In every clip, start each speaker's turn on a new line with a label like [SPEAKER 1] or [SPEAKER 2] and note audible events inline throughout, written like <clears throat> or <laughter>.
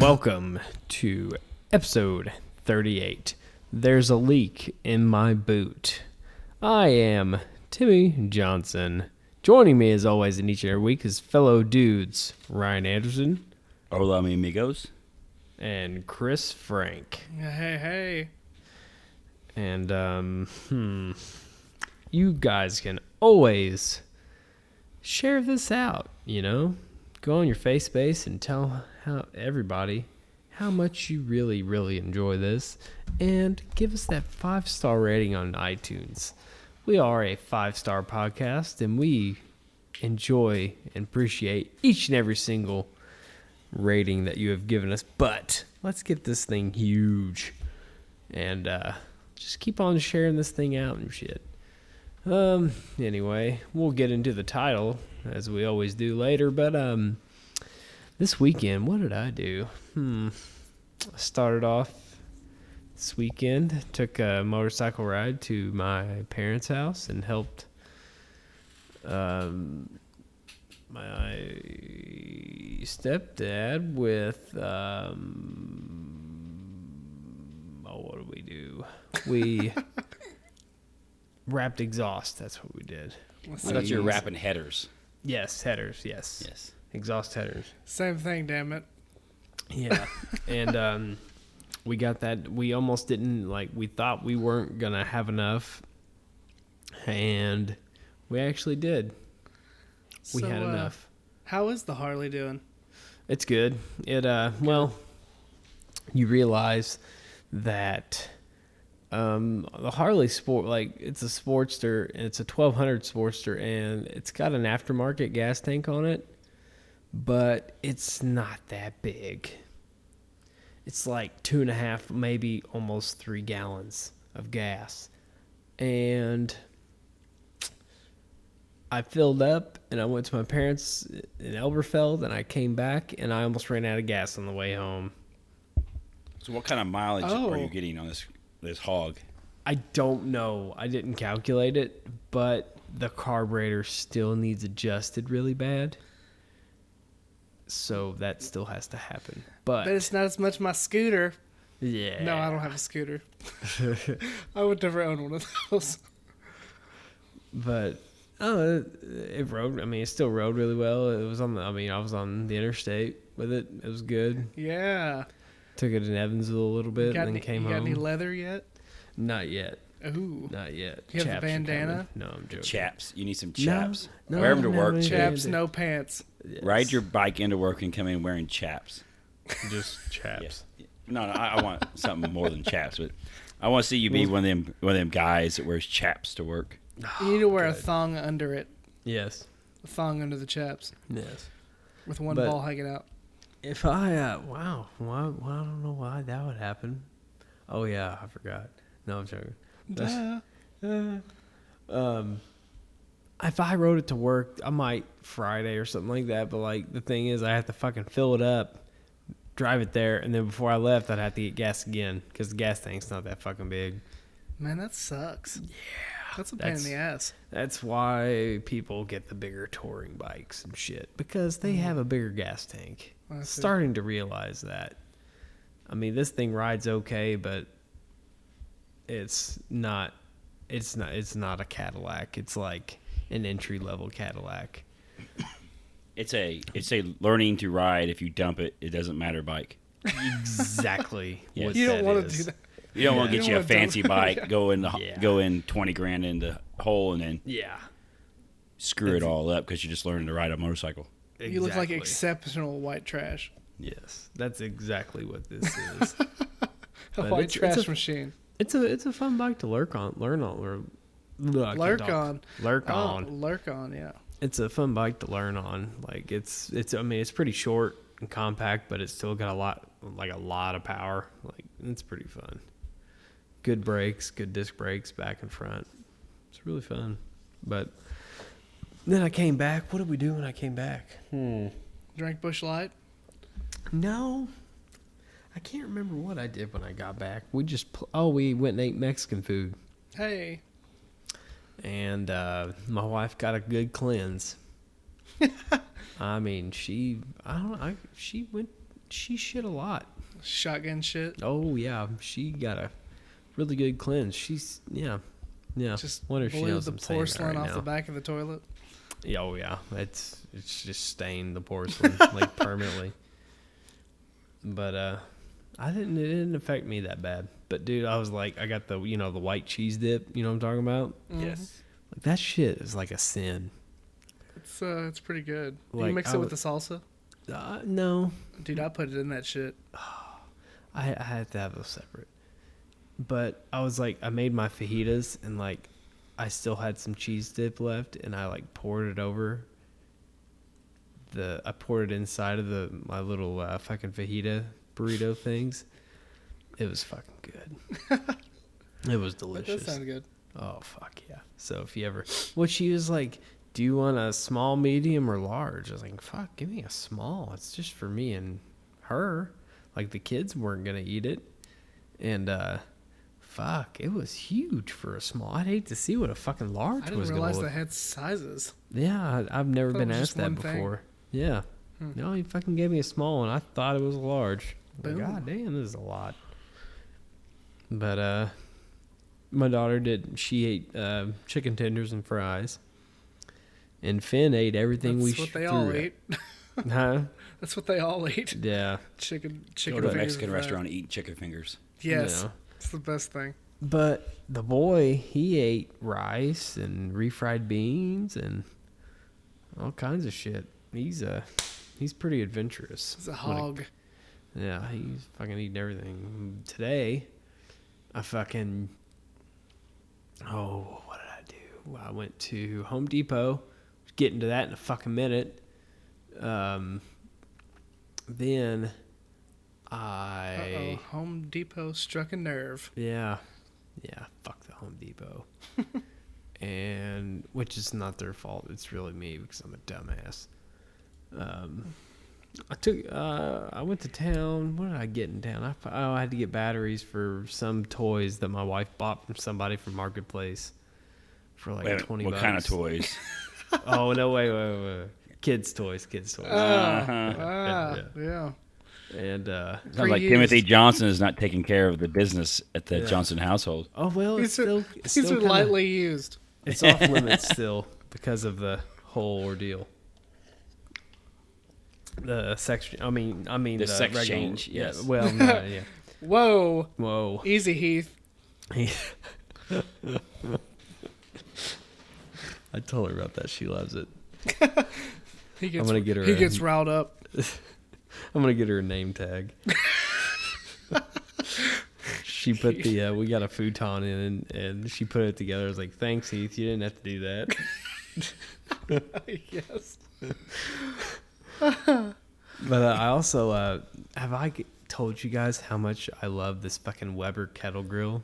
[SPEAKER 1] Welcome to episode 38. There's a leak in my boot. I am Timmy Johnson. Joining me as always in each and every week is fellow dudes Ryan Anderson
[SPEAKER 2] Hola, mi amigos.
[SPEAKER 1] and Chris Frank.
[SPEAKER 3] Hey, hey.
[SPEAKER 1] And um, hmm, you guys can always share this out. You know, go on your FaceSpace and tell how everybody how much you really, really enjoy this, and give us that five star rating on iTunes. We are a five star podcast, and we enjoy and appreciate each and every single rating that you have given us. But let's get this thing huge and uh, just keep on sharing this thing out and shit. Um, anyway, we'll get into the title as we always do later, but um, this weekend, what did I do? Hmm, I started off this weekend, took a motorcycle ride to my parents' house and helped um, my stepdad with um, oh, what do we do? We wrapped exhaust. That's what we did.
[SPEAKER 2] I thought you were rapping headers.
[SPEAKER 1] Yes, headers. Yes,
[SPEAKER 2] Yes.
[SPEAKER 1] exhaust headers.
[SPEAKER 3] Same thing, damn it.
[SPEAKER 1] Yeah, <laughs> and um, we got that. We almost didn't like. We thought we weren't gonna have enough, and we actually did. We
[SPEAKER 3] So,
[SPEAKER 1] had
[SPEAKER 3] uh,
[SPEAKER 1] enough.
[SPEAKER 3] How is the Harley doing?
[SPEAKER 1] It's good. It uh well, you realize that um the Harley sport like it's a Sportster, and it's a 1200 Sportster and it's got an aftermarket gas tank on it, but it's not that big. It's like two and a half, maybe almost three gallons of gas. And I filled up and I went to my parents in Elberfeld and I came back and I almost ran out of gas on the way home.
[SPEAKER 2] So what kind of mileage
[SPEAKER 3] Oh.
[SPEAKER 2] are you getting on this this hog?
[SPEAKER 1] I don't know. I didn't calculate it, but the carburetor still needs adjusted really bad. So that still has to happen. But,
[SPEAKER 3] But it's not as much my scooter.
[SPEAKER 1] yeah.
[SPEAKER 3] No, I don't have
[SPEAKER 1] <laughs>
[SPEAKER 3] a scooter. I would never own one of those.
[SPEAKER 1] but oh, it rode. I mean, it still rode really well. It was on the. I mean, I was on the interstate with it. It was good.
[SPEAKER 3] Yeah.
[SPEAKER 1] Took it in Evansville a little bit,
[SPEAKER 3] got
[SPEAKER 1] and then
[SPEAKER 3] any,
[SPEAKER 1] came
[SPEAKER 3] you got any
[SPEAKER 1] home.
[SPEAKER 3] leather yet?
[SPEAKER 1] Not yet.
[SPEAKER 3] Ooh.
[SPEAKER 1] Not yet.
[SPEAKER 3] You have the
[SPEAKER 1] are coming.
[SPEAKER 3] bandana?
[SPEAKER 1] No, I'm joking.
[SPEAKER 2] Chaps. You need some
[SPEAKER 1] No,
[SPEAKER 2] chaps.
[SPEAKER 1] no,
[SPEAKER 2] Wear them to
[SPEAKER 1] no,
[SPEAKER 2] work.
[SPEAKER 1] no,
[SPEAKER 2] too.
[SPEAKER 3] Chaps,
[SPEAKER 1] Yeah.
[SPEAKER 3] no pants.
[SPEAKER 1] Yes.
[SPEAKER 2] Ride your bike into work and come in wearing chaps.
[SPEAKER 1] just chaps.
[SPEAKER 2] Yeah. No, no, I, I want something more than chaps, but I want to see you be one of them one of them guys that wears chaps to work.
[SPEAKER 3] You need to wear a
[SPEAKER 1] good.
[SPEAKER 3] thong under it.
[SPEAKER 1] Yes.
[SPEAKER 3] A thong under the chaps
[SPEAKER 1] Yes.
[SPEAKER 3] with one
[SPEAKER 1] But-
[SPEAKER 3] ball hanging out.
[SPEAKER 1] If I uh, wow, why, why I don't know why that would happen. Oh yeah, I forgot. No, I'm joking.
[SPEAKER 3] Duh.
[SPEAKER 1] um, if I rode it to work, I might Friday or something like that. But like the thing is, I have to fucking fill it up, drive it there, and then before I left, I'd have to get gas again because the gas tank's not that fucking big.
[SPEAKER 3] Man, that sucks. Yeah. That's a pain
[SPEAKER 1] that's-
[SPEAKER 3] in the ass.
[SPEAKER 1] That's why people get the bigger touring bikes and shit because they have a bigger gas tank.
[SPEAKER 3] Mm-hmm. I see.
[SPEAKER 1] Starting to realize that. I mean, this thing rides okay, but it's not. It's not. It's not a Cadillac. It's like an entry level
[SPEAKER 3] <laughs>
[SPEAKER 1] Cadillac.
[SPEAKER 2] It's a it's a learning to ride. If you dump it, it doesn't matter bike.
[SPEAKER 1] Exactly.
[SPEAKER 2] Yes.
[SPEAKER 1] what
[SPEAKER 3] You don't
[SPEAKER 1] want
[SPEAKER 3] want to do that.
[SPEAKER 2] You don't want to
[SPEAKER 3] You
[SPEAKER 2] get
[SPEAKER 3] don't
[SPEAKER 2] you a
[SPEAKER 3] wanna dump
[SPEAKER 2] fancy
[SPEAKER 3] it.
[SPEAKER 2] bike, go in the
[SPEAKER 1] Yeah.
[SPEAKER 2] go in twenty grand in the hole, and then
[SPEAKER 1] Yeah.
[SPEAKER 2] screw it all up because you're just learning to ride a motorcycle.
[SPEAKER 1] Exactly.
[SPEAKER 3] You look like exceptional white trash.
[SPEAKER 1] Yes, that's exactly what
[SPEAKER 3] <laughs>
[SPEAKER 1] this is.
[SPEAKER 3] A
[SPEAKER 1] But it's-
[SPEAKER 3] white
[SPEAKER 1] it's
[SPEAKER 3] trash
[SPEAKER 1] a-
[SPEAKER 3] machine.
[SPEAKER 1] it's a it's a fun bike to lurk on, learn on, or look,
[SPEAKER 3] Lurk on.
[SPEAKER 1] lurk on.
[SPEAKER 3] Oh, lurk on, yeah.
[SPEAKER 1] it's a fun bike to learn on. Like it's it's I mean it's pretty short and compact, but it's still got a lot like a lot of power. Like it's pretty fun. Good brakes, good disc brakes back and front. It's really fun. But then I came back. What did we do when I came back?
[SPEAKER 3] Drank Bush Light.
[SPEAKER 1] No. I can't remember what I did when I got back. We just pl- oh, we went and ate Mexican food.
[SPEAKER 3] Hey,
[SPEAKER 1] and uh, my wife got a good
[SPEAKER 3] <laughs>
[SPEAKER 1] cleanse. I mean, she I don't I she went she shit a lot.
[SPEAKER 3] Shotgun shit.
[SPEAKER 1] Oh yeah, she got a really good cleanse. She's yeah, yeah.
[SPEAKER 3] Just
[SPEAKER 1] wonder if she
[SPEAKER 3] blew
[SPEAKER 1] knows
[SPEAKER 3] the
[SPEAKER 1] I'm saying that
[SPEAKER 3] porcelain
[SPEAKER 1] right
[SPEAKER 3] off
[SPEAKER 1] now.
[SPEAKER 3] the back of the toilet.
[SPEAKER 1] Yeah, oh yeah, it's it's just stained the
[SPEAKER 3] <laughs>
[SPEAKER 1] porcelain like permanently. But uh, I didn't. It didn't affect me that bad. But dude, I was like, I got the you know the white cheese dip. You know what I'm talking about?
[SPEAKER 2] Yes.
[SPEAKER 1] Like that shit is like a sin.
[SPEAKER 3] It's uh, it's pretty good.
[SPEAKER 1] Like,
[SPEAKER 3] you mix
[SPEAKER 1] I
[SPEAKER 3] it with
[SPEAKER 1] would-
[SPEAKER 3] the salsa,
[SPEAKER 1] Uh, no,
[SPEAKER 3] dude. I put it in that shit.
[SPEAKER 1] I, I had to have those separate. But I was like, I made my fajitas and like, I still had some cheese dip left, and I like poured it over. The I poured it inside of the my little uh, fucking fajita burrito things. It was fucking good.
[SPEAKER 3] <laughs>
[SPEAKER 1] it was
[SPEAKER 3] That
[SPEAKER 1] delicious.
[SPEAKER 3] does sound good.
[SPEAKER 1] Oh fuck yeah! So if you ever, what she was like, do you want a small, medium, or large? I was like, fuck, give me a small. It's just for me and her. Like the kids weren't gonna eat it, and uh, fuck, it was huge for a small. I'd hate to see what a fucking large
[SPEAKER 3] I didn't
[SPEAKER 1] was gonna
[SPEAKER 3] realize
[SPEAKER 1] look.
[SPEAKER 3] they had sizes.
[SPEAKER 1] Yeah, I, I've never
[SPEAKER 3] Thought it
[SPEAKER 1] been
[SPEAKER 3] was just
[SPEAKER 1] asked that
[SPEAKER 3] one thing.
[SPEAKER 1] before. Yeah.
[SPEAKER 3] Hmm.
[SPEAKER 1] No, he fucking gave me a small one. I thought it was a large. Like,
[SPEAKER 3] Boom.
[SPEAKER 1] God damn, this is a lot. But uh, my daughter did. She ate uh, chicken tenders and fries. And Finn ate everything
[SPEAKER 3] That's
[SPEAKER 1] we
[SPEAKER 3] what
[SPEAKER 1] sh-
[SPEAKER 3] they all
[SPEAKER 1] threw at-
[SPEAKER 3] ate.
[SPEAKER 1] <laughs>
[SPEAKER 3] <laughs>
[SPEAKER 1] Huh?
[SPEAKER 3] That's what they all ate.
[SPEAKER 1] Yeah.
[SPEAKER 3] Chicken,
[SPEAKER 2] Go
[SPEAKER 3] chicken.
[SPEAKER 2] to a
[SPEAKER 3] fingers
[SPEAKER 2] Mexican
[SPEAKER 3] and fries.
[SPEAKER 2] restaurant and eat chicken fingers.
[SPEAKER 3] <laughs> Yes,
[SPEAKER 1] Yeah.
[SPEAKER 3] it's the best thing.
[SPEAKER 1] But the boy, he ate rice and refried beans and all kinds of shit. He's uh, he's pretty adventurous.
[SPEAKER 3] It's a
[SPEAKER 1] when it
[SPEAKER 3] hog.
[SPEAKER 1] Yeah, he's fucking eating everything. Today, I fucking. Oh, what did I do? I went to Home Depot. Get into that in a fucking minute. Um, then
[SPEAKER 3] Uh oh.
[SPEAKER 1] I.
[SPEAKER 3] Home Depot struck a nerve.
[SPEAKER 1] Yeah. Yeah, fuck the Home
[SPEAKER 2] <laughs>
[SPEAKER 1] Depot. and which is not their fault. It's really me because I'm a dumbass. Um, I took uh, I went to town. What did I get in town? I, f- oh, I had to get batteries for some toys that my wife bought from somebody from marketplace for like
[SPEAKER 2] Wait a minute,
[SPEAKER 1] twenty.
[SPEAKER 2] what
[SPEAKER 1] bucks.
[SPEAKER 2] kind of
[SPEAKER 3] <laughs>
[SPEAKER 2] toys?
[SPEAKER 1] <laughs> oh no! Wait, wait, wait, wait. Kids toys, kids toys. <laughs>
[SPEAKER 2] Uh-huh.
[SPEAKER 3] Ah,
[SPEAKER 1] Yeah.
[SPEAKER 3] yeah.
[SPEAKER 1] and uh,
[SPEAKER 2] Sounds like
[SPEAKER 3] Reused.
[SPEAKER 2] Timothy Johnson is not taking care of the business at the
[SPEAKER 1] Yeah.
[SPEAKER 2] Johnson household.
[SPEAKER 1] oh well, it's
[SPEAKER 3] These
[SPEAKER 1] still
[SPEAKER 3] are,
[SPEAKER 1] it's
[SPEAKER 3] these
[SPEAKER 1] still
[SPEAKER 3] are
[SPEAKER 1] kinda-
[SPEAKER 3] lightly used.
[SPEAKER 1] <laughs> It's off limits still because of the whole ordeal. The sex. I mean, I mean
[SPEAKER 2] The
[SPEAKER 1] the,
[SPEAKER 2] sex
[SPEAKER 1] regular-
[SPEAKER 2] change,
[SPEAKER 1] yeah,
[SPEAKER 2] yes.
[SPEAKER 1] well, <laughs> no, yeah.
[SPEAKER 3] Whoa,
[SPEAKER 1] Whoa.
[SPEAKER 3] easy Heath.
[SPEAKER 1] <laughs> I told her about that. She loves it.
[SPEAKER 3] He gets,
[SPEAKER 1] I'm gonna get her.
[SPEAKER 3] he
[SPEAKER 1] a-
[SPEAKER 3] gets riled up.
[SPEAKER 1] I'm gonna get her a name tag. she put the uh, we got a futon in and, and she put it together. I was like, thanks, Heath. You didn't have to do that.
[SPEAKER 3] yes.
[SPEAKER 1] But uh, I also uh, have I g- told you guys how much I love this fucking Weber kettle grill.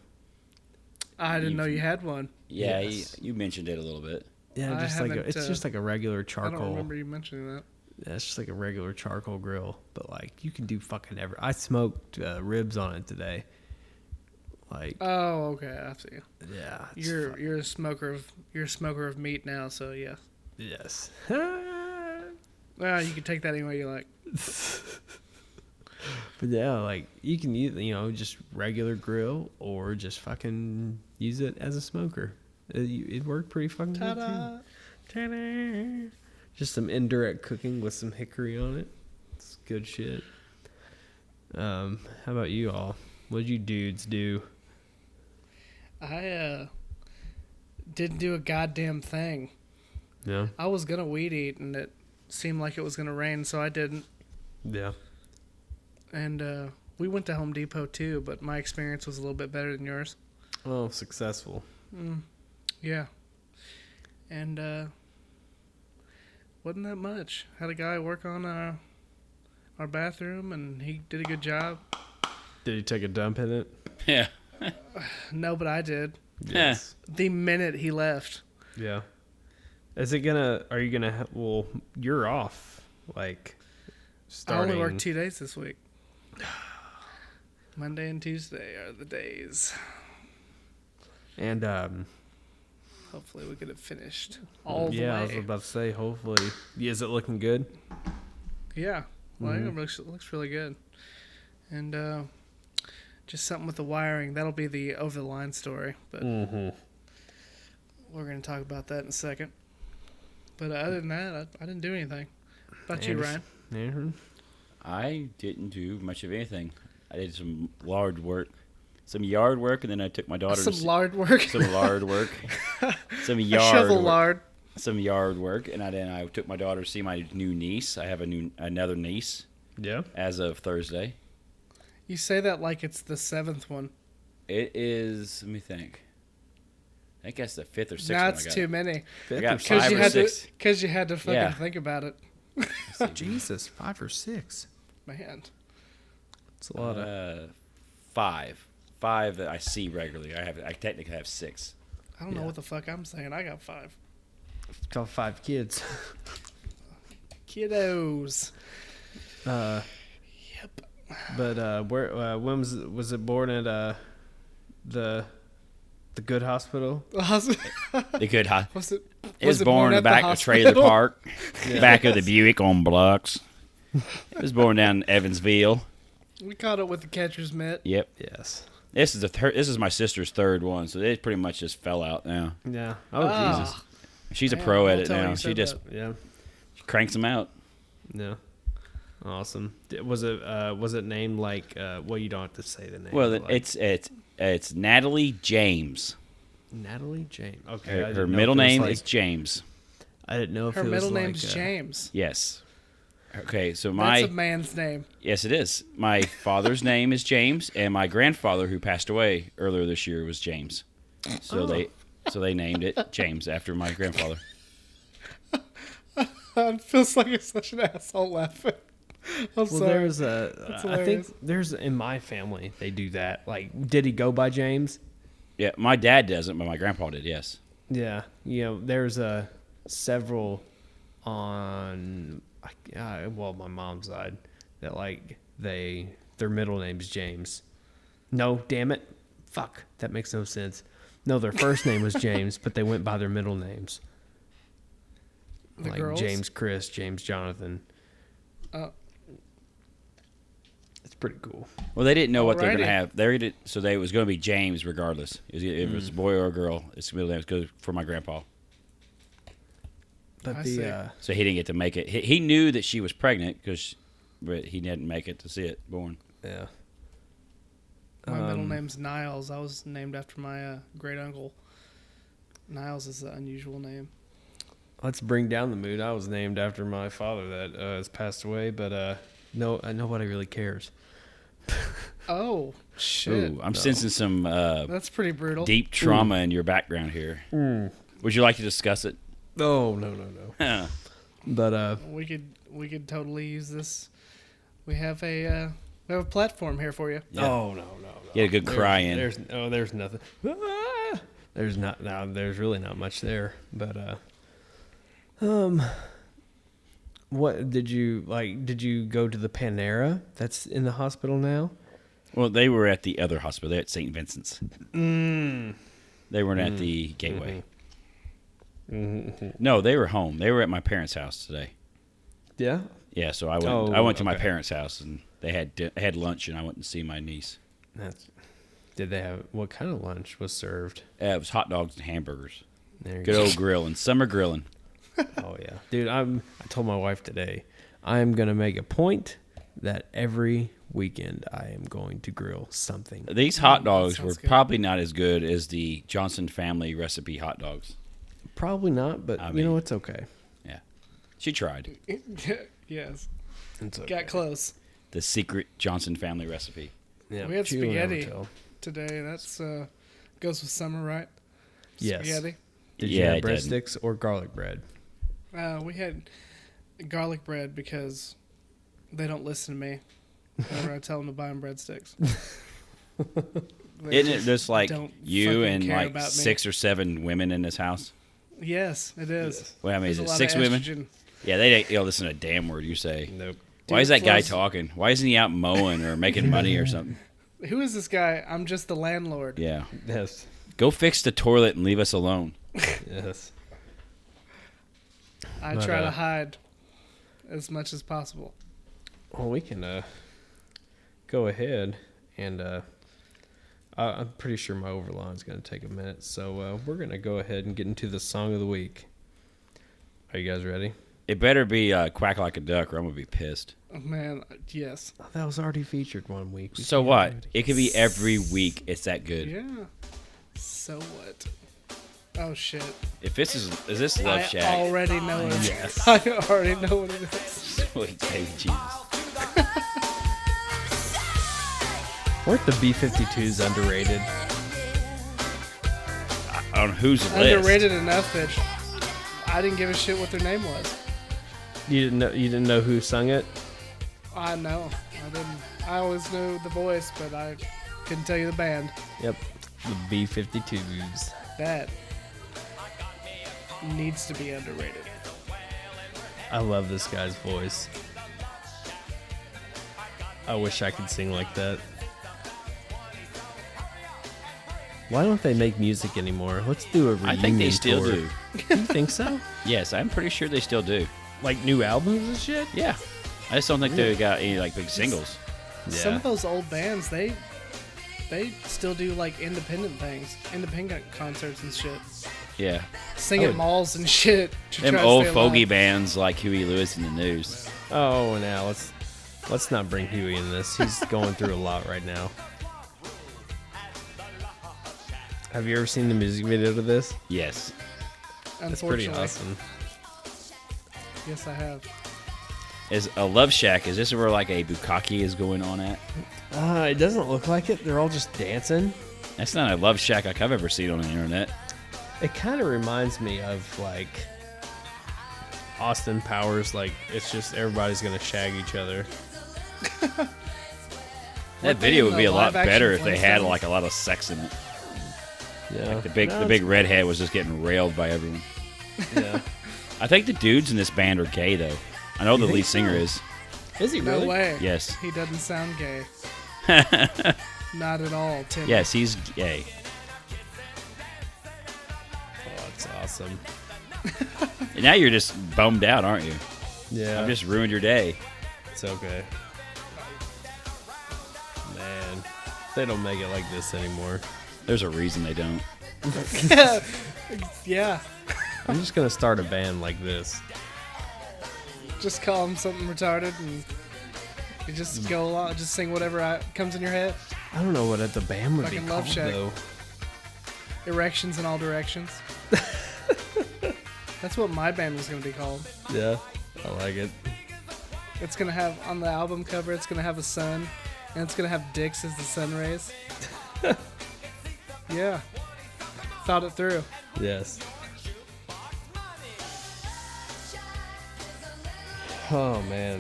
[SPEAKER 3] I didn't know you had one.
[SPEAKER 2] Yeah,
[SPEAKER 1] Yes.
[SPEAKER 2] you, you mentioned it a little bit.
[SPEAKER 1] Yeah,
[SPEAKER 3] I
[SPEAKER 1] just like a,
[SPEAKER 3] haven't,
[SPEAKER 1] it's
[SPEAKER 3] uh,
[SPEAKER 1] just like a regular
[SPEAKER 3] I don't
[SPEAKER 1] charcoal.
[SPEAKER 3] remember you mentioning that.
[SPEAKER 1] Yeah, it's just like a regular charcoal grill, but like you can do fucking ever. I smoked uh, ribs on it today. Like
[SPEAKER 3] Oh, okay. I see.
[SPEAKER 1] yeah, it's
[SPEAKER 3] You're
[SPEAKER 1] fuck-
[SPEAKER 3] you're a smoker of you're a smoker of meat now, so yeah.
[SPEAKER 1] yes. <laughs>
[SPEAKER 3] Well, you can take that any way you like.
[SPEAKER 1] But yeah, like you can use you know just regular grill or just fucking use it as a smoker. It, you- it worked pretty fucking good too.
[SPEAKER 3] Ta-da!
[SPEAKER 1] Ta-da. Just some indirect cooking with some hickory on it. It's good shit. Um, how about you all? What'd you dudes do?
[SPEAKER 3] I uh didn't do a goddamn thing.
[SPEAKER 1] Yeah.
[SPEAKER 3] I was gonna weed eat, and it seemed like it was gonna rain, so I didn't.
[SPEAKER 1] Yeah.
[SPEAKER 3] And uh, we went to Home Depot too, but my experience was a little bit better than yours.
[SPEAKER 1] Oh, successful.
[SPEAKER 3] Yeah. And uh, wasn't that much. Had a guy work on uh, our bathroom, and he did a good job. <sighs>
[SPEAKER 1] Did you take a dump in it?
[SPEAKER 2] Yeah.
[SPEAKER 3] No, but I did.
[SPEAKER 2] Yes.
[SPEAKER 3] The minute he left,
[SPEAKER 1] yeah. Is it gonna? Are you gonna? Ha- well, you're off. Like starting.
[SPEAKER 3] I only worked two days this week. Monday and Tuesday are the days.
[SPEAKER 1] and um.
[SPEAKER 3] Hopefully, we get it finished all the
[SPEAKER 1] yeah, I was
[SPEAKER 3] way.
[SPEAKER 1] about to say. Hopefully, is it looking good?
[SPEAKER 3] Yeah, Well, it
[SPEAKER 1] Mm-hmm.
[SPEAKER 3] looks it looks really good, and uh, just something with the wiring. That'll be the over the line story, but
[SPEAKER 1] Mm-hmm.
[SPEAKER 3] we're gonna talk about that in a second. But other than that, I, I didn't do anything. How about you,
[SPEAKER 1] Anderson.
[SPEAKER 3] Ryan?
[SPEAKER 2] I didn't do much of anything. I did some lard work, some yard work, and then I took my daughter
[SPEAKER 3] Some
[SPEAKER 2] to
[SPEAKER 3] lard work. <laughs>
[SPEAKER 2] see, some lard work, some
[SPEAKER 3] I
[SPEAKER 2] yard
[SPEAKER 3] shovel
[SPEAKER 2] work,
[SPEAKER 3] lard.
[SPEAKER 2] some yard work, and I, then I took my daughter to see my new niece. I have a new another niece
[SPEAKER 1] Yeah.
[SPEAKER 2] as of Thursday.
[SPEAKER 3] You say that like it's the seventh one.
[SPEAKER 2] It is. Let me think. I think that's the fifth or sixth. one I
[SPEAKER 3] Now it's
[SPEAKER 2] got.
[SPEAKER 3] too many
[SPEAKER 2] I got
[SPEAKER 3] because
[SPEAKER 2] five
[SPEAKER 3] you
[SPEAKER 2] or
[SPEAKER 3] had
[SPEAKER 2] six.
[SPEAKER 3] to because you had to fucking
[SPEAKER 2] Yeah.
[SPEAKER 3] think about it,
[SPEAKER 1] <laughs> Jesus, five or six.
[SPEAKER 3] man.
[SPEAKER 1] It's a lot of.
[SPEAKER 2] Uh, five, five that I see regularly. I have. I technically have six.
[SPEAKER 3] I don't know
[SPEAKER 1] Yeah.
[SPEAKER 3] what the fuck I'm saying. I got five
[SPEAKER 1] It's called five kids. <laughs>
[SPEAKER 3] kiddos. <laughs>
[SPEAKER 1] Uh,
[SPEAKER 3] Yep.
[SPEAKER 1] but uh, where uh, when was was it born at uh, the the good hospital?
[SPEAKER 3] Was it?
[SPEAKER 2] The good
[SPEAKER 3] <laughs>
[SPEAKER 2] high.
[SPEAKER 3] Was it
[SPEAKER 2] It was, born, in the
[SPEAKER 3] at
[SPEAKER 2] back of
[SPEAKER 3] hospital?
[SPEAKER 2] trailer park, <laughs> back of the Buick on blocks. It was born down in Evansville.
[SPEAKER 3] <laughs> We caught it with the catcher's mitt.
[SPEAKER 2] Yep.
[SPEAKER 1] Yes.
[SPEAKER 2] This is the third. This is my sister's third one, so it pretty much just fell out now.
[SPEAKER 1] Yeah. Oh
[SPEAKER 3] Ah,
[SPEAKER 1] Jesus.
[SPEAKER 2] She's a
[SPEAKER 3] man,
[SPEAKER 2] pro at
[SPEAKER 3] don't
[SPEAKER 2] it
[SPEAKER 3] tell me
[SPEAKER 2] now.
[SPEAKER 3] you
[SPEAKER 2] She
[SPEAKER 3] said
[SPEAKER 2] just
[SPEAKER 3] that.
[SPEAKER 1] Yeah.
[SPEAKER 2] cranks them out.
[SPEAKER 1] Yeah. Awesome. Di- Was it uh, was it named like? Uh, well, you don't have to say the name.
[SPEAKER 2] Well,
[SPEAKER 1] but, like,
[SPEAKER 2] it's it's it's Natalie James.
[SPEAKER 1] Natalie James. Okay. I
[SPEAKER 2] Her,
[SPEAKER 1] didn't
[SPEAKER 2] her
[SPEAKER 1] know if
[SPEAKER 2] middle
[SPEAKER 1] it was,
[SPEAKER 2] name
[SPEAKER 1] like-
[SPEAKER 2] is James.
[SPEAKER 1] I didn't know if
[SPEAKER 3] her
[SPEAKER 1] it was
[SPEAKER 3] middle
[SPEAKER 1] like,
[SPEAKER 3] name's
[SPEAKER 1] uh,
[SPEAKER 3] James.
[SPEAKER 2] Yes. Okay, so my
[SPEAKER 3] That's a man's name.
[SPEAKER 2] Yes, it is. My father's name is James, and my grandfather, who passed away earlier this year, was James.
[SPEAKER 3] Oh.
[SPEAKER 2] So they, so they named it James after my grandfather.
[SPEAKER 3] It feels like it's such an asshole laughing. I'm
[SPEAKER 1] Well,
[SPEAKER 3] sorry.
[SPEAKER 1] there's a. I think
[SPEAKER 3] hilarious.
[SPEAKER 1] there's in my family they do that. Like, did he go by James?
[SPEAKER 2] Yeah, my dad doesn't, but my grandpa did. Yes.
[SPEAKER 1] Yeah, you know, there's uh, several on, I- uh, well, my mom's side that like they their middle name's James. No, damn it, fuck, that makes no sense. No, their first name was James, but they went by their middle names,
[SPEAKER 3] the
[SPEAKER 1] like
[SPEAKER 3] girls.
[SPEAKER 1] James Chris, James Jonathan.
[SPEAKER 3] Oh.
[SPEAKER 1] it's pretty cool.
[SPEAKER 2] Well, they didn't know what they were
[SPEAKER 3] Alrighty.
[SPEAKER 2] gonna have. They did, so they it was gonna be James regardless. It was, if it
[SPEAKER 3] Hmm.
[SPEAKER 2] was a boy or a girl. It's middle name was good for my grandpa.
[SPEAKER 1] But
[SPEAKER 3] I
[SPEAKER 1] the
[SPEAKER 3] see.
[SPEAKER 1] uh,
[SPEAKER 2] So he didn't get to make it. He, he knew that she was pregnant because, but he didn't make it to see it born.
[SPEAKER 1] yeah,
[SPEAKER 3] My middle name's Niles. I was named after my uh, great uncle. Niles is an unusual name.
[SPEAKER 1] let's bring down the mood. I was named after my father that uh, has passed away, but uh, no, uh, nobody really cares.
[SPEAKER 3] Oh shit,
[SPEAKER 2] Ooh, I'm sensing some uh,
[SPEAKER 3] that's pretty brutal.
[SPEAKER 2] deep trauma in your background here. Would you like to discuss it?
[SPEAKER 1] No, Oh, no, no, no.
[SPEAKER 2] Huh.
[SPEAKER 1] But uh,
[SPEAKER 3] We could we could totally use this. We have a uh, we have a platform here for you.
[SPEAKER 2] Yeah.
[SPEAKER 1] oh no, no, no.
[SPEAKER 2] You had a good
[SPEAKER 1] There's-
[SPEAKER 2] cry in.
[SPEAKER 1] There's oh, there's nothing. Ah! There's not now. There's really not much there. But uh, um, what did you like? Did you go to the Panera that's in the hospital now?
[SPEAKER 2] Well, they were at the other hospital. They're at St. Vincent's.
[SPEAKER 1] Mm.
[SPEAKER 2] They weren't at the Gateway. No, they were home. They were at my parents' house today.
[SPEAKER 1] Yeah.
[SPEAKER 2] Yeah, so I went.
[SPEAKER 1] Oh,
[SPEAKER 2] I went to my
[SPEAKER 1] okay.
[SPEAKER 2] parents' house and they had di- had lunch, and I went and see my niece.
[SPEAKER 1] That's. Did they have what kind of lunch was served?
[SPEAKER 2] Uh, it was hot dogs and hamburgers.
[SPEAKER 1] There you
[SPEAKER 2] Good old grilling, summer grilling.
[SPEAKER 1] Oh yeah, dude. I'm. I told my wife today, I am gonna make a point that every weekend I am going to grill something.
[SPEAKER 2] These hot dogs were
[SPEAKER 3] sounds good.
[SPEAKER 2] probably not as good as the Johnson family recipe hot dogs.
[SPEAKER 1] Probably not, but
[SPEAKER 2] I
[SPEAKER 1] you know
[SPEAKER 2] mean-
[SPEAKER 1] it's okay.
[SPEAKER 2] Yeah, she tried
[SPEAKER 3] <laughs> yes,
[SPEAKER 1] It's okay.
[SPEAKER 3] got close
[SPEAKER 2] the secret Johnson family recipe.
[SPEAKER 1] Yeah,
[SPEAKER 3] we had
[SPEAKER 1] Chilo and
[SPEAKER 3] spaghetti.
[SPEAKER 1] Hotel.
[SPEAKER 3] today. That's uh, goes with summer, right?
[SPEAKER 1] Yes.
[SPEAKER 3] Spaghetti.
[SPEAKER 1] Did
[SPEAKER 2] Yeah,
[SPEAKER 1] you
[SPEAKER 2] I
[SPEAKER 1] have
[SPEAKER 2] didn't.
[SPEAKER 1] breadsticks or garlic bread?
[SPEAKER 3] Uh, we had garlic bread because they don't listen to me whenever I tell them to buy
[SPEAKER 2] <laughs>
[SPEAKER 3] them breadsticks. They
[SPEAKER 2] Isn't it
[SPEAKER 3] just
[SPEAKER 2] just like
[SPEAKER 3] don't
[SPEAKER 2] you
[SPEAKER 3] fucking
[SPEAKER 2] and
[SPEAKER 3] care
[SPEAKER 2] like
[SPEAKER 3] about me.
[SPEAKER 2] six or seven women in this house?
[SPEAKER 3] Yes, it is.
[SPEAKER 2] Wait, I mean,
[SPEAKER 3] There's
[SPEAKER 2] is
[SPEAKER 3] a
[SPEAKER 2] it
[SPEAKER 3] lot
[SPEAKER 2] six
[SPEAKER 3] of
[SPEAKER 2] women?
[SPEAKER 3] estrogen.
[SPEAKER 2] Yeah, they don't you know, listen to a damn word you say.
[SPEAKER 1] Nope.
[SPEAKER 2] Why is
[SPEAKER 3] Dude,
[SPEAKER 2] that guy
[SPEAKER 3] plus-
[SPEAKER 2] talking? Why isn't he out mowing or making money or something?
[SPEAKER 3] <laughs> Who is this guy? I'm just the landlord.
[SPEAKER 2] Yeah.
[SPEAKER 1] Yes.
[SPEAKER 2] Go fix the toilet and leave us alone.
[SPEAKER 1] Yes.
[SPEAKER 3] I
[SPEAKER 1] But,
[SPEAKER 3] try
[SPEAKER 1] uh,
[SPEAKER 3] to hide as much as possible.
[SPEAKER 1] Well, we can uh, go ahead and uh, I I'm pretty sure my overline's going to take a minute, so uh, we're going to go ahead and get into the song of the week. Are you guys ready?
[SPEAKER 2] It better be uh, quack like a duck, or I'm gonna be pissed.
[SPEAKER 3] Oh, man, yes.
[SPEAKER 1] Oh, that was already featured one week. We
[SPEAKER 2] So
[SPEAKER 1] can't
[SPEAKER 2] what?
[SPEAKER 1] do it
[SPEAKER 2] It could be every week. It's that good.
[SPEAKER 3] Yeah. So what? Oh shit.
[SPEAKER 2] If this is is this Love
[SPEAKER 3] I
[SPEAKER 2] Shack?
[SPEAKER 3] already know it. <laughs> I already know what it is.
[SPEAKER 2] <laughs> Holy baby Jesus.
[SPEAKER 1] again. Weren't the B-52s underrated?
[SPEAKER 2] On whose list?
[SPEAKER 3] Underrated enough that I didn't give a shit what their name was.
[SPEAKER 1] You didn't know. You didn't know who sung it.
[SPEAKER 3] I know. I didn't. I always knew the voice, but I couldn't tell you the band.
[SPEAKER 1] Yep. The B-52s.
[SPEAKER 3] That needs to be underrated.
[SPEAKER 1] I love this guy's voice. I wish I could sing like that. Why don't they make music anymore? Let's do a reunion
[SPEAKER 2] I think they still
[SPEAKER 1] tour.
[SPEAKER 2] do.
[SPEAKER 1] You think so?
[SPEAKER 2] Yes, I'm pretty sure they still do.
[SPEAKER 1] <laughs> Like new albums and shit?
[SPEAKER 2] Yeah. I just don't think they got any like big singles.
[SPEAKER 3] Some of those old bands, they they still do like independent things, independent concerts and shit.
[SPEAKER 2] Yeah.
[SPEAKER 3] Sing
[SPEAKER 1] I
[SPEAKER 3] at
[SPEAKER 1] would-
[SPEAKER 3] malls and shit. To
[SPEAKER 2] Oh, Them
[SPEAKER 3] try to
[SPEAKER 2] old
[SPEAKER 3] stay
[SPEAKER 2] fogey
[SPEAKER 3] alive.
[SPEAKER 2] bands like Huey Lewis in the News.
[SPEAKER 1] Oh, now let's let's not bring Huey in this. He's going through a lot right now. Have you ever seen the music video to this?
[SPEAKER 2] Yes.
[SPEAKER 1] It's pretty
[SPEAKER 3] Unfortunately,
[SPEAKER 1] awesome.
[SPEAKER 3] yes, I have.
[SPEAKER 2] Is a Love Shack? Is this where like a bukkake is going on at?
[SPEAKER 1] Uh, it doesn't look like it. They're all just dancing.
[SPEAKER 2] That's not a Love Shack like I've ever seen on the internet.
[SPEAKER 1] It kind of reminds me of like Austin Powers. Like it's just everybody's gonna shag each other.
[SPEAKER 2] That
[SPEAKER 3] Weren't they
[SPEAKER 2] video
[SPEAKER 3] in
[SPEAKER 2] would be
[SPEAKER 3] the
[SPEAKER 2] a lot
[SPEAKER 3] live-action
[SPEAKER 2] better if they had
[SPEAKER 3] Flintstones?
[SPEAKER 2] like a lot of sex in it.
[SPEAKER 1] Yeah,
[SPEAKER 2] The big the big redhead was just getting railed by everyone.
[SPEAKER 1] Yeah.
[SPEAKER 2] I think the dudes in this band are gay though. I know the
[SPEAKER 1] think
[SPEAKER 2] lead singer
[SPEAKER 1] so?
[SPEAKER 2] is.
[SPEAKER 1] Is he
[SPEAKER 3] No
[SPEAKER 1] really?
[SPEAKER 3] way.
[SPEAKER 2] Yes.
[SPEAKER 3] He doesn't sound
[SPEAKER 2] <laughs>
[SPEAKER 3] gay. Not at all, Tim.
[SPEAKER 2] Yes, he's gay.
[SPEAKER 1] Oh, that's awesome.
[SPEAKER 2] And now you're just bummed out, aren't you?
[SPEAKER 1] Yeah,
[SPEAKER 2] I've just ruined your day.
[SPEAKER 1] it's okay. Man, they don't make it like this anymore.
[SPEAKER 2] There's a reason they don't.
[SPEAKER 3] Yeah.
[SPEAKER 1] I'm just gonna start a band like this.
[SPEAKER 3] Just call him something retarded and you just go along. Just sing whatever I, comes in your head.
[SPEAKER 1] I don't know what the band would be
[SPEAKER 3] Fucking Love
[SPEAKER 1] called
[SPEAKER 3] Shack.
[SPEAKER 1] though.
[SPEAKER 3] Erections in all directions. That's what my band was gonna be called.
[SPEAKER 1] Yeah, I like it.
[SPEAKER 3] It's gonna have on the album cover. It's gonna have a sun, and it's gonna have dicks as the sun rays. yeah. Thought it through.
[SPEAKER 1] Yes. Oh man.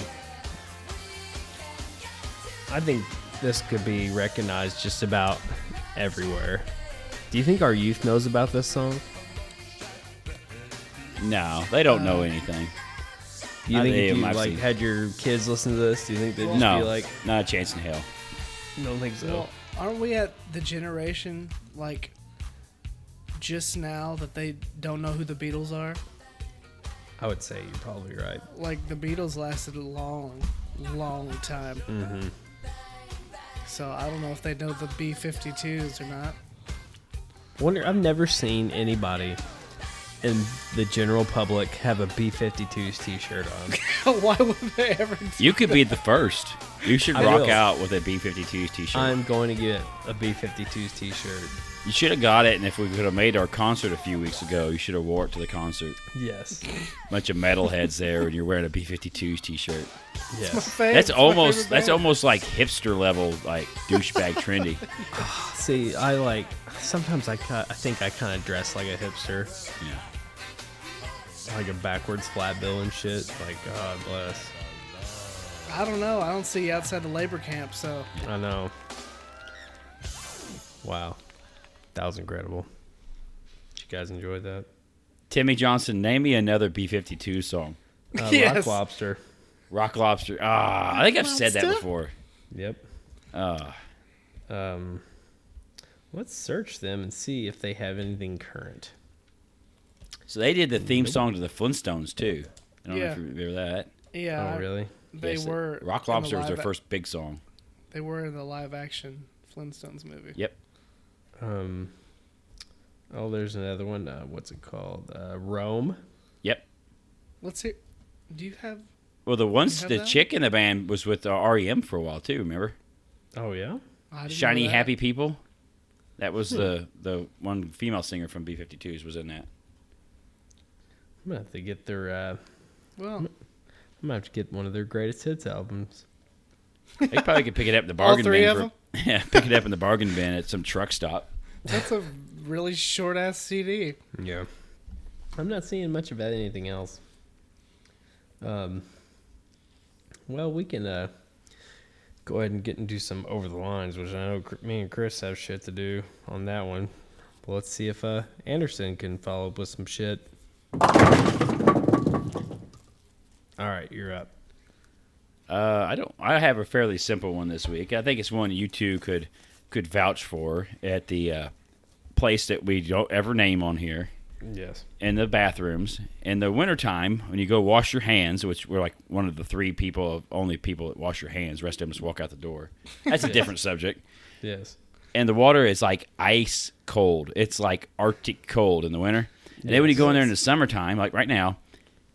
[SPEAKER 1] I think this could be recognized just about everywhere. Do you think our youth knows about this song?
[SPEAKER 2] No, they don't
[SPEAKER 1] uh,
[SPEAKER 2] know anything.
[SPEAKER 1] Do you
[SPEAKER 2] I
[SPEAKER 1] think
[SPEAKER 2] think
[SPEAKER 1] if you
[SPEAKER 2] I've
[SPEAKER 1] like
[SPEAKER 2] seen-
[SPEAKER 1] had your kids listen to this, do you think they'd just
[SPEAKER 2] No,
[SPEAKER 1] be like,
[SPEAKER 2] not a chance in hell.
[SPEAKER 1] "Don't think so"?
[SPEAKER 3] Well, aren't we at the generation like just now that they don't know who the Beatles are?
[SPEAKER 1] I would say you're probably right.
[SPEAKER 3] Like the Beatles lasted a long, long time.
[SPEAKER 2] Mm-hmm.
[SPEAKER 3] So I don't know if they know the B52s or not. <laughs>
[SPEAKER 1] Wonder I've never seen anybody in the general public have a B52s t-shirt <laughs> on.
[SPEAKER 3] Why would they ever? Do-
[SPEAKER 2] You could be the first. You should
[SPEAKER 1] I
[SPEAKER 2] rock
[SPEAKER 1] will.
[SPEAKER 2] out with a B52 t-shirt.
[SPEAKER 1] I'm going to get a B52s t-shirt.
[SPEAKER 2] You should have got it, and if we could have made our concert a few weeks ago, you should have wore it to the concert.
[SPEAKER 1] Yes.
[SPEAKER 2] Bunch of metalheads there, and you're wearing a B52s t-shirt.
[SPEAKER 1] Yes.
[SPEAKER 2] That's almost that's almost like hipster level, like douchebag
[SPEAKER 3] <laughs>
[SPEAKER 2] trendy.
[SPEAKER 1] See, I like sometimes I ki- I think I kind of dress like a hipster,
[SPEAKER 2] Yeah.
[SPEAKER 1] like a backwards flat bill and shit. Like God bless.
[SPEAKER 3] I don't know. I don't see you outside the labor camp. So
[SPEAKER 1] I know. Wow, that was incredible. Did you guys enjoy that?
[SPEAKER 2] Timmy Johnson, name me another B52 song.
[SPEAKER 3] <laughs>
[SPEAKER 1] Uh,
[SPEAKER 3] Yes.
[SPEAKER 1] Rock lobster.
[SPEAKER 2] Rock Lobster. Ah, I think I've said that
[SPEAKER 3] Lobster?
[SPEAKER 2] before.
[SPEAKER 1] Yep.
[SPEAKER 2] Uh,
[SPEAKER 1] Um, let's search them and see if they have anything current.
[SPEAKER 2] so they did the theme song to the Flintstones too. I don't know if
[SPEAKER 3] Yeah.
[SPEAKER 2] you remember that.
[SPEAKER 3] yeah,
[SPEAKER 1] oh
[SPEAKER 3] I-
[SPEAKER 1] really?
[SPEAKER 3] They
[SPEAKER 2] Yes,
[SPEAKER 3] were in
[SPEAKER 2] Rock
[SPEAKER 3] the
[SPEAKER 2] Lobster was their
[SPEAKER 3] live-
[SPEAKER 2] first big song.
[SPEAKER 3] They were in the live action Flintstones movie.
[SPEAKER 2] Yep.
[SPEAKER 1] Um, oh, there's another one. Uh, what's it called? Uh, Rome.
[SPEAKER 2] Yep.
[SPEAKER 3] Let's hear. Do you have?
[SPEAKER 2] Well, the ones
[SPEAKER 3] have
[SPEAKER 2] the
[SPEAKER 3] that?
[SPEAKER 2] chick in the band was with uh, REM for a while too. Remember
[SPEAKER 1] Oh yeah.
[SPEAKER 3] I didn't know
[SPEAKER 2] Shiny
[SPEAKER 3] that.
[SPEAKER 2] Happy People? That was the the one female singer from B52s was in that.
[SPEAKER 1] I'm gonna have to get their. Uh, I'm
[SPEAKER 3] Well,
[SPEAKER 1] gonna have to get one of their greatest hits albums.
[SPEAKER 2] They probably could pick it up in the
[SPEAKER 3] <laughs> all
[SPEAKER 2] bargain
[SPEAKER 3] three
[SPEAKER 2] bin.
[SPEAKER 3] of them.
[SPEAKER 2] for- <laughs> yeah, pick it up in the bargain bin at some truck stop.
[SPEAKER 3] That's a really short ass CD.
[SPEAKER 1] Yeah. I'm not seeing much about anything else. Um. Well, we can uh, go ahead and get into some over the lines, which I know Cr- me and Chris have shit to do on that one. But let's see if uh, Anderson can follow up with some shit. All right, you're up.
[SPEAKER 2] Uh, I don't. I have a fairly simple one this week. I think it's one you two could could vouch for at the uh, place that we don't ever name on here
[SPEAKER 1] Yes.
[SPEAKER 2] in the bathrooms in the wintertime when you go wash your hands which we're like one of the three people only people that wash your hands rest of them just walk out the door that's a different subject
[SPEAKER 1] Yes.
[SPEAKER 2] and the water is like ice cold. It's like Arctic cold in the winter. And then when you go in there in the summertime, like right now,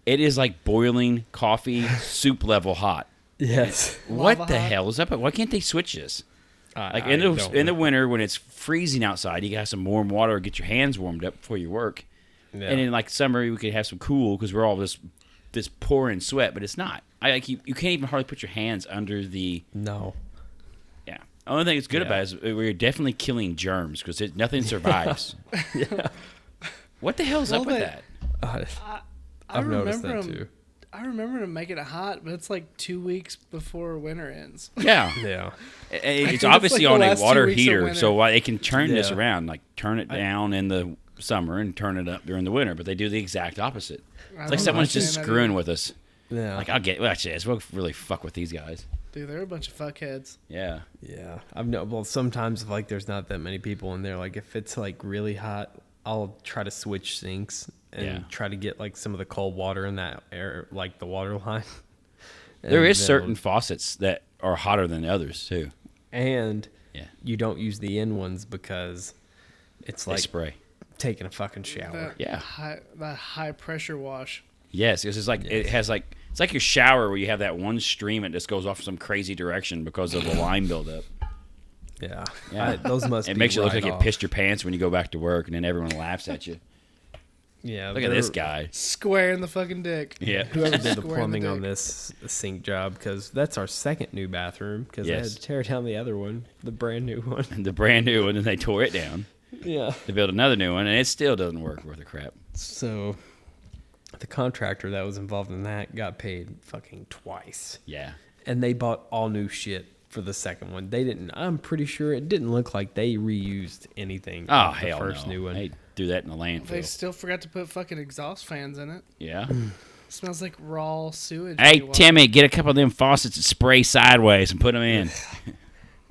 [SPEAKER 2] it is like boiling coffee soup level hot.
[SPEAKER 1] Yes.
[SPEAKER 2] What
[SPEAKER 3] Lava
[SPEAKER 2] the
[SPEAKER 3] hot.
[SPEAKER 2] hell is up? Why can't they switch this?
[SPEAKER 1] I-
[SPEAKER 2] Like
[SPEAKER 1] I
[SPEAKER 2] in the
[SPEAKER 1] don't
[SPEAKER 2] in the
[SPEAKER 1] know.
[SPEAKER 2] winter when it's freezing outside, you got some warm water, get your hands warmed up before you work.
[SPEAKER 1] Yeah.
[SPEAKER 2] And in like summer, we could have some cool because we're all this this pouring sweat, but it's not. I like you, you can't even hardly put your hands under the
[SPEAKER 1] no.
[SPEAKER 2] yeah. Only thing that's good
[SPEAKER 1] Yeah.
[SPEAKER 2] about it is we're definitely killing germs because
[SPEAKER 1] <laughs>
[SPEAKER 2] nothing survives. What the hell's up with
[SPEAKER 3] Well, they-
[SPEAKER 2] that?
[SPEAKER 1] I,
[SPEAKER 3] I
[SPEAKER 1] have noticed
[SPEAKER 3] remember
[SPEAKER 1] that
[SPEAKER 3] 'em-
[SPEAKER 1] too.
[SPEAKER 3] I remember to make it hot, but it's like two weeks before winter ends.
[SPEAKER 2] Yeah,
[SPEAKER 1] Yeah.
[SPEAKER 2] I- I-
[SPEAKER 3] think
[SPEAKER 2] it's
[SPEAKER 3] it's
[SPEAKER 2] obviously
[SPEAKER 3] like the
[SPEAKER 2] on a
[SPEAKER 3] last two
[SPEAKER 2] water
[SPEAKER 3] weeks of
[SPEAKER 2] heater,
[SPEAKER 3] winter.
[SPEAKER 2] so why they can turn this
[SPEAKER 1] Yeah.
[SPEAKER 2] around, like turn it down in the summer and turn it up during the winter, but they do the exact opposite. It's like
[SPEAKER 3] don't
[SPEAKER 2] someone's just
[SPEAKER 3] understand that
[SPEAKER 2] screwing with us.
[SPEAKER 1] Yeah.
[SPEAKER 2] Like I'll get well, actually, let's we'll really fuck with these guys.
[SPEAKER 3] Dude, they're a bunch of fuckheads.
[SPEAKER 2] Yeah,
[SPEAKER 1] Yeah, I've no. Well, sometimes like there's not that many people in there. Like if it's like really hot, I'll try to switch sinks and
[SPEAKER 2] Yeah.
[SPEAKER 1] try to get like some of the cold water in that air, like the water <laughs> line.
[SPEAKER 2] there
[SPEAKER 1] And
[SPEAKER 2] is
[SPEAKER 1] then-
[SPEAKER 2] certain faucets that are hotter than others too.
[SPEAKER 1] and
[SPEAKER 2] Yeah,
[SPEAKER 1] you don't use the end ones because it's
[SPEAKER 2] they
[SPEAKER 1] like
[SPEAKER 2] spray.
[SPEAKER 1] taking a fucking shower.
[SPEAKER 3] That
[SPEAKER 2] Yeah.
[SPEAKER 3] High, that high pressure wash.
[SPEAKER 2] Yes, because it's like it has like it's like your shower where you have that one stream that just goes off some crazy direction because of the lime buildup.
[SPEAKER 1] Yeah,
[SPEAKER 2] Yeah.
[SPEAKER 1] I-
[SPEAKER 2] <laughs>
[SPEAKER 1] those must.
[SPEAKER 2] It
[SPEAKER 1] be
[SPEAKER 2] makes you look
[SPEAKER 1] right
[SPEAKER 2] like you
[SPEAKER 1] off.
[SPEAKER 2] pissed your pants when you go back to work, and then everyone laughs at you.
[SPEAKER 1] Yeah,
[SPEAKER 2] Look at this
[SPEAKER 1] they're-
[SPEAKER 2] guy.
[SPEAKER 3] Square in the fucking dick.
[SPEAKER 2] Yeah,
[SPEAKER 1] <laughs> Whoever did the
[SPEAKER 3] Square in the
[SPEAKER 1] plumbing on
[SPEAKER 3] dick.
[SPEAKER 1] this sink job, because that's our second new bathroom. Because I had
[SPEAKER 2] Yes.
[SPEAKER 1] to tear down the other one, the brand new one. <laughs>
[SPEAKER 2] the brand new one, and they tore it down
[SPEAKER 1] yeah.
[SPEAKER 2] to build another new one, and it still doesn't work worth a crap.
[SPEAKER 1] So the contractor that was involved in that got paid fucking twice.
[SPEAKER 2] Yeah,
[SPEAKER 1] And they bought all new shit for the second one. They didn't I'm pretty sure it didn't look like they reused anything.
[SPEAKER 2] oh
[SPEAKER 1] of the
[SPEAKER 2] hell
[SPEAKER 1] first
[SPEAKER 2] no.
[SPEAKER 1] new one.
[SPEAKER 2] They threw that in the landfill.
[SPEAKER 3] They still forgot to put fucking exhaust fans in it. <clears throat>
[SPEAKER 2] yeah.
[SPEAKER 3] Smells like raw sewage. when
[SPEAKER 2] hey
[SPEAKER 3] you walk-
[SPEAKER 2] Timmy, get a couple of them faucets and spray sideways and put them in.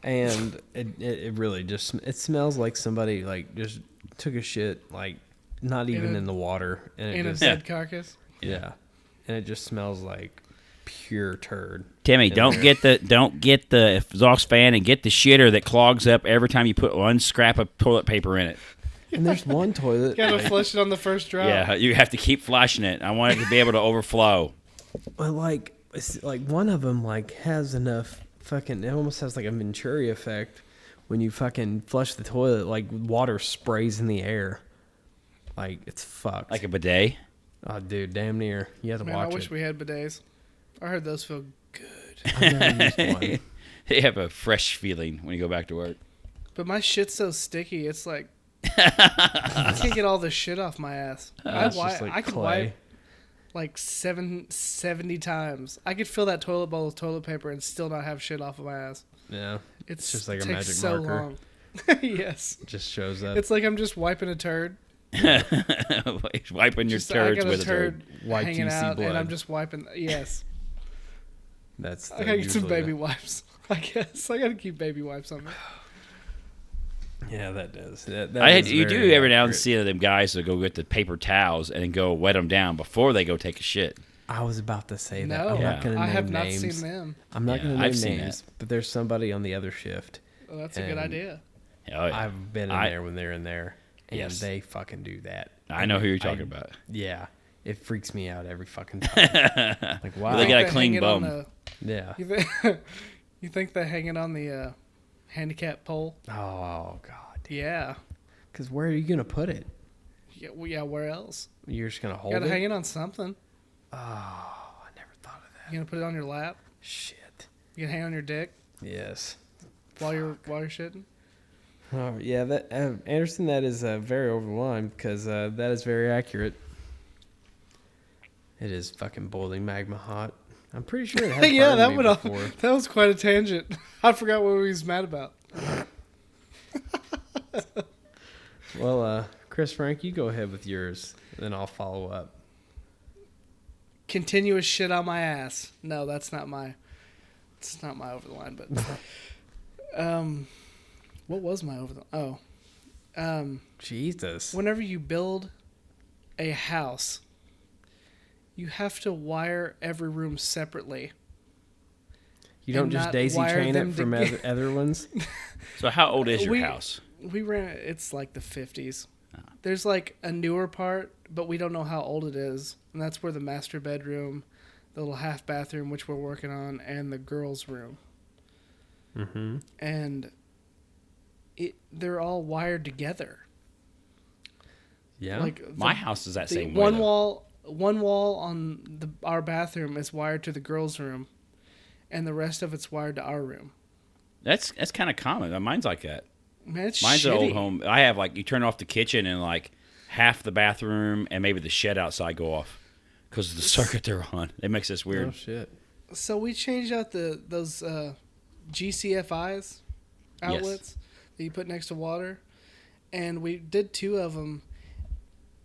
[SPEAKER 1] And it, it it really just sm- it smells like somebody like just took a shit like not even in,
[SPEAKER 3] a-
[SPEAKER 1] the water and it
[SPEAKER 3] In a
[SPEAKER 1] just
[SPEAKER 2] Yeah.
[SPEAKER 3] dead carcass.
[SPEAKER 1] yeah. And it just smells like pure
[SPEAKER 3] <laughs>
[SPEAKER 1] turd.
[SPEAKER 2] Timmy, don't get the don't get the exhaust fan and get the shitter that clogs up every time you put one scrap of toilet paper in it.
[SPEAKER 1] And there's one toilet
[SPEAKER 3] Gotta flush it on the first drop.
[SPEAKER 2] Yeah, you have to keep flushing it. I want it to be able to overflow.
[SPEAKER 1] But like, it's like one of them like has enough fucking. It almost has like a Venturi effect when you fucking flush the toilet. Like water sprays in the air. Like it's fucked.
[SPEAKER 2] Like a <laughs> bidet.
[SPEAKER 1] oh, dude, damn near. You have to
[SPEAKER 3] Man, I
[SPEAKER 1] watch
[SPEAKER 3] wish
[SPEAKER 1] it. <laughs>
[SPEAKER 3] we had bidets. I heard those feel good.
[SPEAKER 1] I've never used one.
[SPEAKER 2] They have a fresh feeling when you go back to work.
[SPEAKER 3] But my shit's so sticky, it's like I can't get all the shit off
[SPEAKER 1] <laughs>
[SPEAKER 3] my ass. I,
[SPEAKER 1] It's
[SPEAKER 3] wi-
[SPEAKER 1] just like
[SPEAKER 3] I could
[SPEAKER 1] clay.
[SPEAKER 3] wipe like seven, 70 times. I could fill that toilet bowl with toilet paper and still not have shit off of my ass.
[SPEAKER 1] Yeah,
[SPEAKER 3] It's
[SPEAKER 1] just like a
[SPEAKER 3] takes
[SPEAKER 1] magic
[SPEAKER 3] so
[SPEAKER 1] marker.
[SPEAKER 3] long. <laughs> yes,
[SPEAKER 1] it just shows up.
[SPEAKER 3] it's like I'm just wiping a turd.
[SPEAKER 2] <laughs> Wiping your
[SPEAKER 3] Just I
[SPEAKER 2] turds
[SPEAKER 3] got a
[SPEAKER 2] with a turd.
[SPEAKER 3] turd
[SPEAKER 1] Wiped
[SPEAKER 3] hanging
[SPEAKER 1] you see
[SPEAKER 3] out,
[SPEAKER 1] blood.
[SPEAKER 3] and I'm just wiping.
[SPEAKER 1] <laughs>
[SPEAKER 3] Yes,
[SPEAKER 1] That's
[SPEAKER 3] I gotta get some
[SPEAKER 1] usually
[SPEAKER 3] baby wipes. <laughs> I guess I gotta keep baby wipes on me.
[SPEAKER 1] the- <laughs> yeah, that does. That, that
[SPEAKER 2] I had,
[SPEAKER 1] is
[SPEAKER 2] you do
[SPEAKER 1] very
[SPEAKER 2] every now and
[SPEAKER 1] accurate.
[SPEAKER 2] see them guys that go get the paper towels and go wet them down before they go take a shit.
[SPEAKER 1] I was about to say that.
[SPEAKER 3] No,
[SPEAKER 1] I'm not going to
[SPEAKER 3] I
[SPEAKER 1] name
[SPEAKER 3] have not
[SPEAKER 1] names.
[SPEAKER 3] seen them.
[SPEAKER 1] I'm not
[SPEAKER 2] Yeah,
[SPEAKER 1] going to name
[SPEAKER 2] I've seen
[SPEAKER 1] names, but there's somebody on the other shift.
[SPEAKER 3] Well, that's a good
[SPEAKER 1] And-
[SPEAKER 3] idea.
[SPEAKER 2] Oh, yeah.
[SPEAKER 1] I've been in
[SPEAKER 2] I-
[SPEAKER 1] there when they're in there, and
[SPEAKER 2] Yes.
[SPEAKER 1] they fucking do that.
[SPEAKER 2] I know who you're talking
[SPEAKER 1] I-
[SPEAKER 2] about.
[SPEAKER 1] Yeah, it freaks me out every
[SPEAKER 2] <laughs>
[SPEAKER 1] fucking time. like wow,
[SPEAKER 2] They got a
[SPEAKER 3] Think
[SPEAKER 2] clean
[SPEAKER 3] hang it
[SPEAKER 2] bum.
[SPEAKER 3] on the- <laughs>
[SPEAKER 1] yeah.
[SPEAKER 3] you, thi- <laughs> you think they hang it on the uh, handicap pole?
[SPEAKER 1] Oh god,
[SPEAKER 3] Yeah.
[SPEAKER 1] because where are you gonna put it?
[SPEAKER 3] Yeah, well, yeah where else?
[SPEAKER 1] You're just gonna
[SPEAKER 3] You
[SPEAKER 1] hold
[SPEAKER 3] gotta
[SPEAKER 1] it.
[SPEAKER 3] hang it on something.
[SPEAKER 1] oh, I never thought of that.
[SPEAKER 3] You gonna put it on your lap?
[SPEAKER 1] Shit.
[SPEAKER 3] You can hang it on your dick
[SPEAKER 1] Yes.
[SPEAKER 3] while you're while you're shitting?
[SPEAKER 1] Oh, yeah, that uh, Anderson, that is uh, very overwhelmed because uh, that is very accurate. It is fucking boiling magma hot. I'm pretty sure <laughs> it has
[SPEAKER 3] yeah, that
[SPEAKER 1] burned me
[SPEAKER 3] went off.
[SPEAKER 1] before.
[SPEAKER 3] That was quite a tangent. <laughs> I forgot what we was mad about.
[SPEAKER 1] Well, uh, Chris Frank, you go ahead with yours, then I'll follow up.
[SPEAKER 3] continuous shit on my ass. No, that's not my. It's not my over the line, but. um, what was my over the? Oh, um,
[SPEAKER 1] Jesus.
[SPEAKER 3] whenever you build a house, you have to wire every room separately.
[SPEAKER 1] You don't
[SPEAKER 3] and
[SPEAKER 1] just
[SPEAKER 3] not
[SPEAKER 1] daisy
[SPEAKER 3] wire
[SPEAKER 1] chain
[SPEAKER 3] them
[SPEAKER 1] it
[SPEAKER 3] to
[SPEAKER 1] from
[SPEAKER 3] get-
[SPEAKER 1] other, other
[SPEAKER 3] <laughs>
[SPEAKER 1] ones?
[SPEAKER 2] So how old is your
[SPEAKER 3] Uh, We-
[SPEAKER 2] house?
[SPEAKER 3] We ran. It's like the fifties.
[SPEAKER 2] Ah.
[SPEAKER 3] There's like a newer part, but we don't know how old it is, and that's where the master bedroom, the little half bathroom, which we're working on, and the girls' room.
[SPEAKER 1] Mm-hmm.
[SPEAKER 3] and it they're all wired together.
[SPEAKER 1] Yeah.
[SPEAKER 3] Like
[SPEAKER 2] My
[SPEAKER 3] the-
[SPEAKER 2] house is that
[SPEAKER 3] the
[SPEAKER 2] same
[SPEAKER 3] one
[SPEAKER 2] way. though.
[SPEAKER 3] wall one wall on the our bathroom is wired to the girls' room, and the rest of it's wired to our room.
[SPEAKER 2] That's that's kind of common. Uh, Mine's like that.
[SPEAKER 3] Man, it's
[SPEAKER 2] Mine's an
[SPEAKER 3] shitty.
[SPEAKER 2] old home. I have like you turn off the kitchen and like half the bathroom and maybe the shed outside go off because of the circuit they're on. It makes us
[SPEAKER 1] oh,
[SPEAKER 2] weird.
[SPEAKER 1] shit.
[SPEAKER 3] So we changed out the those uh, GCFIs outlets that you put next to water, and we did two of them,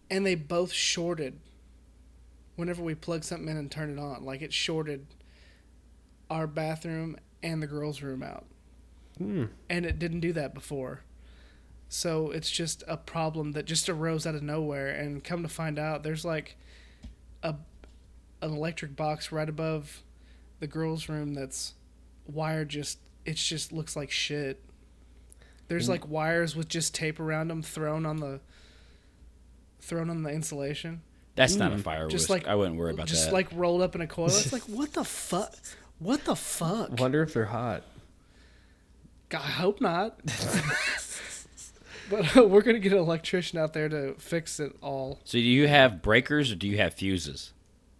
[SPEAKER 3] and they both shorted. Whenever we plug something in and turn it on, like it shorted our bathroom and the girls' room out,
[SPEAKER 1] Hmm.
[SPEAKER 3] and it didn't do that before. So it's just a problem that just arose out of nowhere, and come to find out, there's like a an electric box right above the girls' room that's wired just it's just looks like shit.
[SPEAKER 2] Mm.
[SPEAKER 3] There's like wires with just tape around them thrown on the thrown on the insulation.
[SPEAKER 2] That's not a fire
[SPEAKER 3] Mm. Just
[SPEAKER 2] risk.
[SPEAKER 3] like-
[SPEAKER 2] I wouldn't worry about
[SPEAKER 3] just
[SPEAKER 2] that.
[SPEAKER 3] like rolled up in a
[SPEAKER 2] <laughs>
[SPEAKER 3] coil. It's like what the fuck? What the fuck?
[SPEAKER 1] Wonder if they're hot.
[SPEAKER 3] I hope not. but uh, we're gonna get an electrician out there to fix it all.
[SPEAKER 2] so do you have breakers or do you have fuses?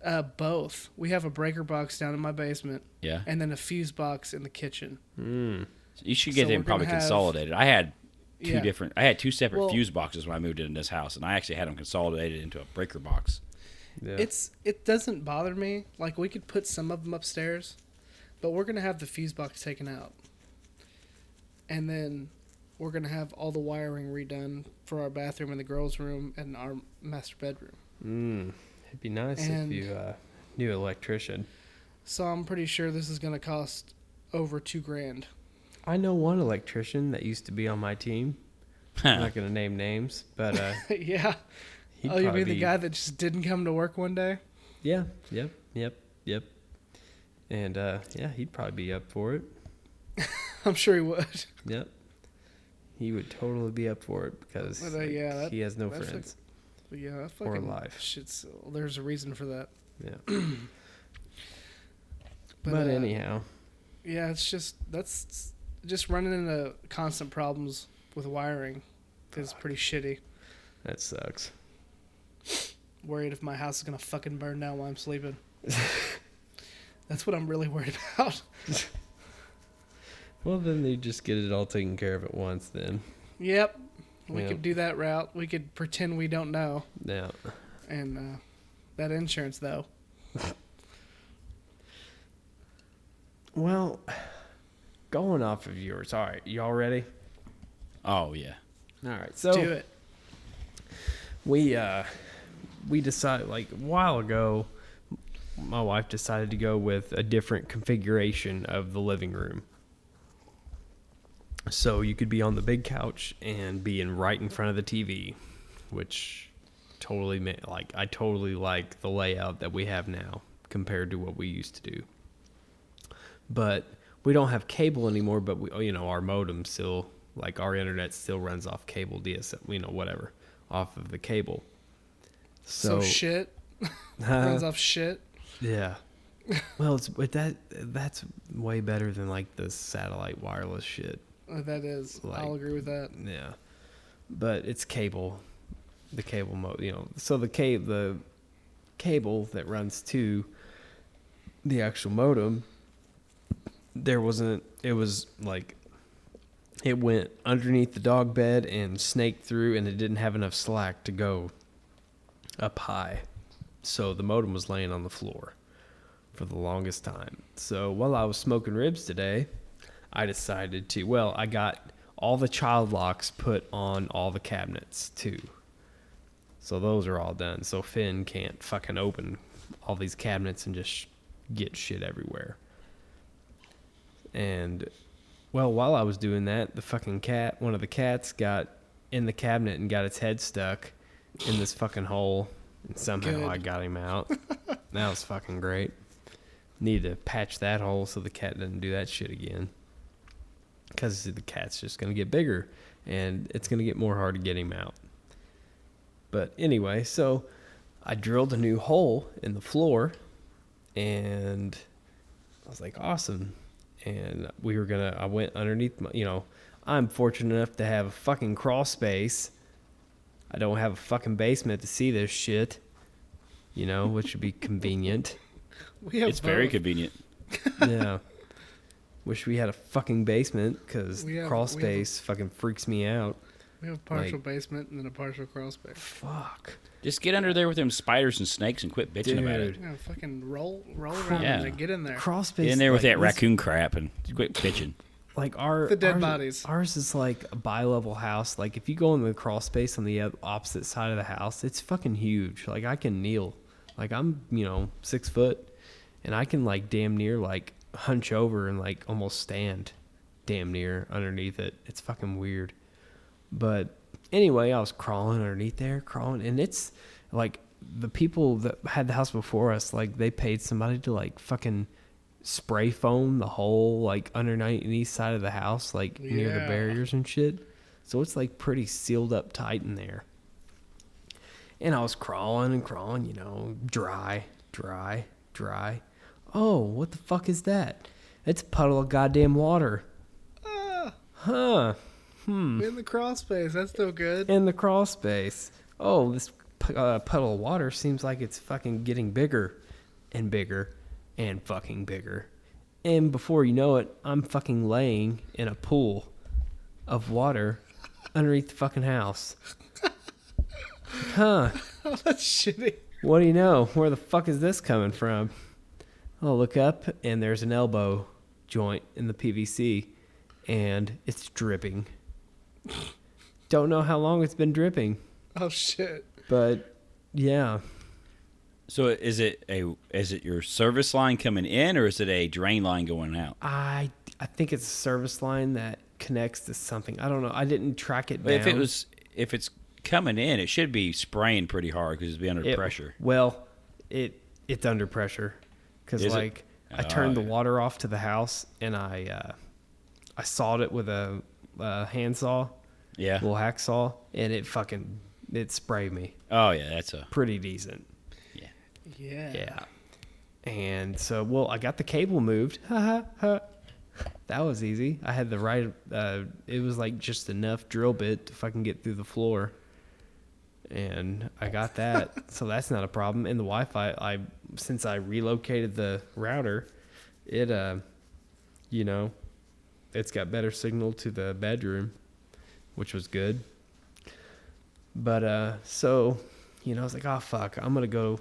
[SPEAKER 3] Uh, both. We have a breaker box down in my basement,
[SPEAKER 2] Yeah,
[SPEAKER 3] and then a fuse box in the kitchen.
[SPEAKER 2] you should get
[SPEAKER 3] So
[SPEAKER 2] them
[SPEAKER 3] we're gonna
[SPEAKER 2] probably
[SPEAKER 3] have-
[SPEAKER 2] consolidated. I had two
[SPEAKER 3] Yeah.
[SPEAKER 2] different. I had two separate
[SPEAKER 3] Well-
[SPEAKER 2] fuse boxes when I moved into this house, and I actually had them consolidated into a breaker box.
[SPEAKER 1] Yeah.
[SPEAKER 3] It's it doesn't bother me. Like we could put some of them upstairs, but we're gonna have the fuse box taken out, and then we're gonna have all the wiring redone for our bathroom and the girls' room and our master bedroom.
[SPEAKER 1] Mm. It'd be nice
[SPEAKER 3] And-
[SPEAKER 1] if you uh, knew an electrician.
[SPEAKER 3] So I'm pretty sure this is gonna cost over two grand. <laughs>
[SPEAKER 1] I know one electrician that used to be on my team. I'm not going to name names, but
[SPEAKER 3] <laughs>
[SPEAKER 1] uh,
[SPEAKER 3] yeah.
[SPEAKER 1] he'd
[SPEAKER 3] oh, you
[SPEAKER 1] probably
[SPEAKER 3] mean the
[SPEAKER 1] be-
[SPEAKER 3] guy that just didn't come to work one day? <laughs>
[SPEAKER 1] Yeah. Yep. Yep. Yep. And uh, yeah, he'd probably be up for it.
[SPEAKER 3] I'm sure he would.
[SPEAKER 1] Yep. He would totally be up for it because
[SPEAKER 3] Well, uh,
[SPEAKER 1] like,
[SPEAKER 3] yeah, that-
[SPEAKER 1] he has no
[SPEAKER 3] that's like-
[SPEAKER 1] friends.
[SPEAKER 3] But yeah, that
[SPEAKER 1] Or
[SPEAKER 3] fucking
[SPEAKER 1] life.
[SPEAKER 3] Shit's there's a reason for that. <clears throat>
[SPEAKER 1] yeah. But,
[SPEAKER 3] uh,
[SPEAKER 1] anyhow,
[SPEAKER 3] Yeah, it's just that's just running into constant problems with wiring is pretty shitty.
[SPEAKER 1] that sucks.
[SPEAKER 3] Worried if my house is gonna fucking burn down while
[SPEAKER 1] <laughs>
[SPEAKER 3] I'm sleeping. that's what I'm really worried <laughs> about.
[SPEAKER 1] Well, then they just get it all taken care of at once. Then
[SPEAKER 3] yep, we
[SPEAKER 1] Yep.
[SPEAKER 3] could do that route. We could pretend we don't know,
[SPEAKER 1] now,
[SPEAKER 3] and uh, that insurance though.
[SPEAKER 1] well, going off of yours. All right, y'all ready?
[SPEAKER 2] oh yeah,
[SPEAKER 1] All right, so
[SPEAKER 3] do it.
[SPEAKER 1] we uh we decided like a while ago my wife decided to go with a different configuration of the living room so you could be on the big couch and be in right in front of the tv which totally ma- like i totally like the layout that we have now compared to what we used to do. But we don't have cable anymore, but we, you know, our modem still, like our internet still runs off cable, DSL, you know, whatever, off of the cable. So, <laughs>
[SPEAKER 3] So,
[SPEAKER 1] uh-huh.
[SPEAKER 3] shit
[SPEAKER 1] Huh?
[SPEAKER 3] runs off shit.
[SPEAKER 1] Yeah. Well, it's but that that's way better than like the satellite wireless shit.
[SPEAKER 3] Uh, That is,
[SPEAKER 1] Like-
[SPEAKER 3] I'll agree with that.
[SPEAKER 1] Yeah. But it's cable, the cable mode, you know. So the ca- the cable that runs to the actual modem, there wasn't. It was like it went underneath the dog bed and snaked through, and it didn't have enough slack to go up high. So the modem was laying on the floor for the longest time. So while I was smoking ribs today, I decided to, well, I got all the child locks put on all the cabinets too. So those are all done. So Finn can't fucking open all these cabinets and just sh- get shit everywhere. And well, while I was doing that, the fucking cat, one of the cats got in the cabinet and got its head stuck in this fucking hole. And somehow
[SPEAKER 3] Good.
[SPEAKER 1] I got him out. that was fucking great. Need to patch that hole so the cat doesn't do that shit again. Because the cat's just going to get bigger and it's going to get more hard to get him out. But anyway, so I drilled a new hole in the floor and I was like, awesome. And we were going to, I went underneath my, you know, I'm fortunate enough to have a fucking crawl space. I don't have a fucking basement to see this shit, you know, which
[SPEAKER 3] <laughs>
[SPEAKER 1] would be convenient.
[SPEAKER 3] We have
[SPEAKER 2] It's very
[SPEAKER 3] both.
[SPEAKER 2] convenient.
[SPEAKER 1] yeah. Wish we had a fucking basement because
[SPEAKER 3] We have-
[SPEAKER 1] crawl
[SPEAKER 3] we have a-
[SPEAKER 1] space fucking freaks me out.
[SPEAKER 3] We have a partial basement and then a partial crawl space.
[SPEAKER 1] Fuck.
[SPEAKER 2] Just get under there with them spiders and snakes and quit bitching about it.
[SPEAKER 1] Dude.
[SPEAKER 3] Yeah, fucking roll, roll around
[SPEAKER 2] Yeah.
[SPEAKER 3] in there. Get in there.
[SPEAKER 1] Crawl space.
[SPEAKER 2] Get in there with
[SPEAKER 1] like,
[SPEAKER 2] that
[SPEAKER 1] this-
[SPEAKER 2] raccoon crap and quit bitching.
[SPEAKER 1] like our
[SPEAKER 3] The dead
[SPEAKER 1] ours,
[SPEAKER 3] bodies.
[SPEAKER 1] Ours is like a bi-level house. Like if you go in the crawl space on the o- opposite side of the house, it's fucking huge. Like I can kneel. Like I'm, you know, six foot, and I can like damn near like hunch over and like almost stand, damn near underneath it. It's fucking weird. But anyway, I was crawling underneath there, crawling, and it's like the people that had the house before us, like they paid somebody to like fucking spray foam the whole like underneath side of the house, like near the
[SPEAKER 3] Yeah.
[SPEAKER 1] barriers and shit. So it's like pretty sealed up tight in there. And I was crawling and crawling, you know, dry, dry, dry. Oh, what the fuck is that? It's a puddle of goddamn water.
[SPEAKER 3] Ah,
[SPEAKER 1] Huh. Mm.
[SPEAKER 3] in the crawl space. That's no good. <laughs>
[SPEAKER 1] in the crawl space. Oh, this p- uh, puddle of water seems like it's fucking getting bigger and bigger and fucking bigger. And before you know it, I'm fucking laying in a pool of water underneath the fucking house. Huh.
[SPEAKER 3] That's shitty.
[SPEAKER 1] What do you know? Where the fuck is this coming from? I'll look up, and there's an elbow joint in the PVC, and it's dripping. Don't know how long it's been dripping.
[SPEAKER 3] Oh shit.
[SPEAKER 1] But yeah,
[SPEAKER 2] So is it a is it your service line coming in or is it a drain line going out?
[SPEAKER 1] I I think it's a service line that connects to something. I don't know. I didn't track it down.
[SPEAKER 2] If it was if it's coming in, it should be spraying pretty hard because it's be under
[SPEAKER 1] It-
[SPEAKER 2] pressure.
[SPEAKER 1] Well, it it's under pressure because
[SPEAKER 2] Is it?
[SPEAKER 1] like I
[SPEAKER 2] Oh,
[SPEAKER 1] turned the
[SPEAKER 2] yeah.
[SPEAKER 1] water off to the house and I uh, I sawed it with a, a handsaw,
[SPEAKER 2] Yeah.
[SPEAKER 1] little hacksaw, and it fucking it sprayed me
[SPEAKER 2] Oh yeah, that's a
[SPEAKER 1] pretty decent.
[SPEAKER 3] Yeah.
[SPEAKER 1] Yeah. And so, well, I got the cable moved. <laughs> Ha, ha, ha. that was easy. I had the right, uh, it was like just enough drill bit to fucking get through the floor. And I got that. so that's not a problem. And the Wi Fi, I, since I relocated the router, it, uh, you know, it's got better signal to the bedroom, which was good. But, uh, so, you know, I was like, oh, fuck, I'm going to go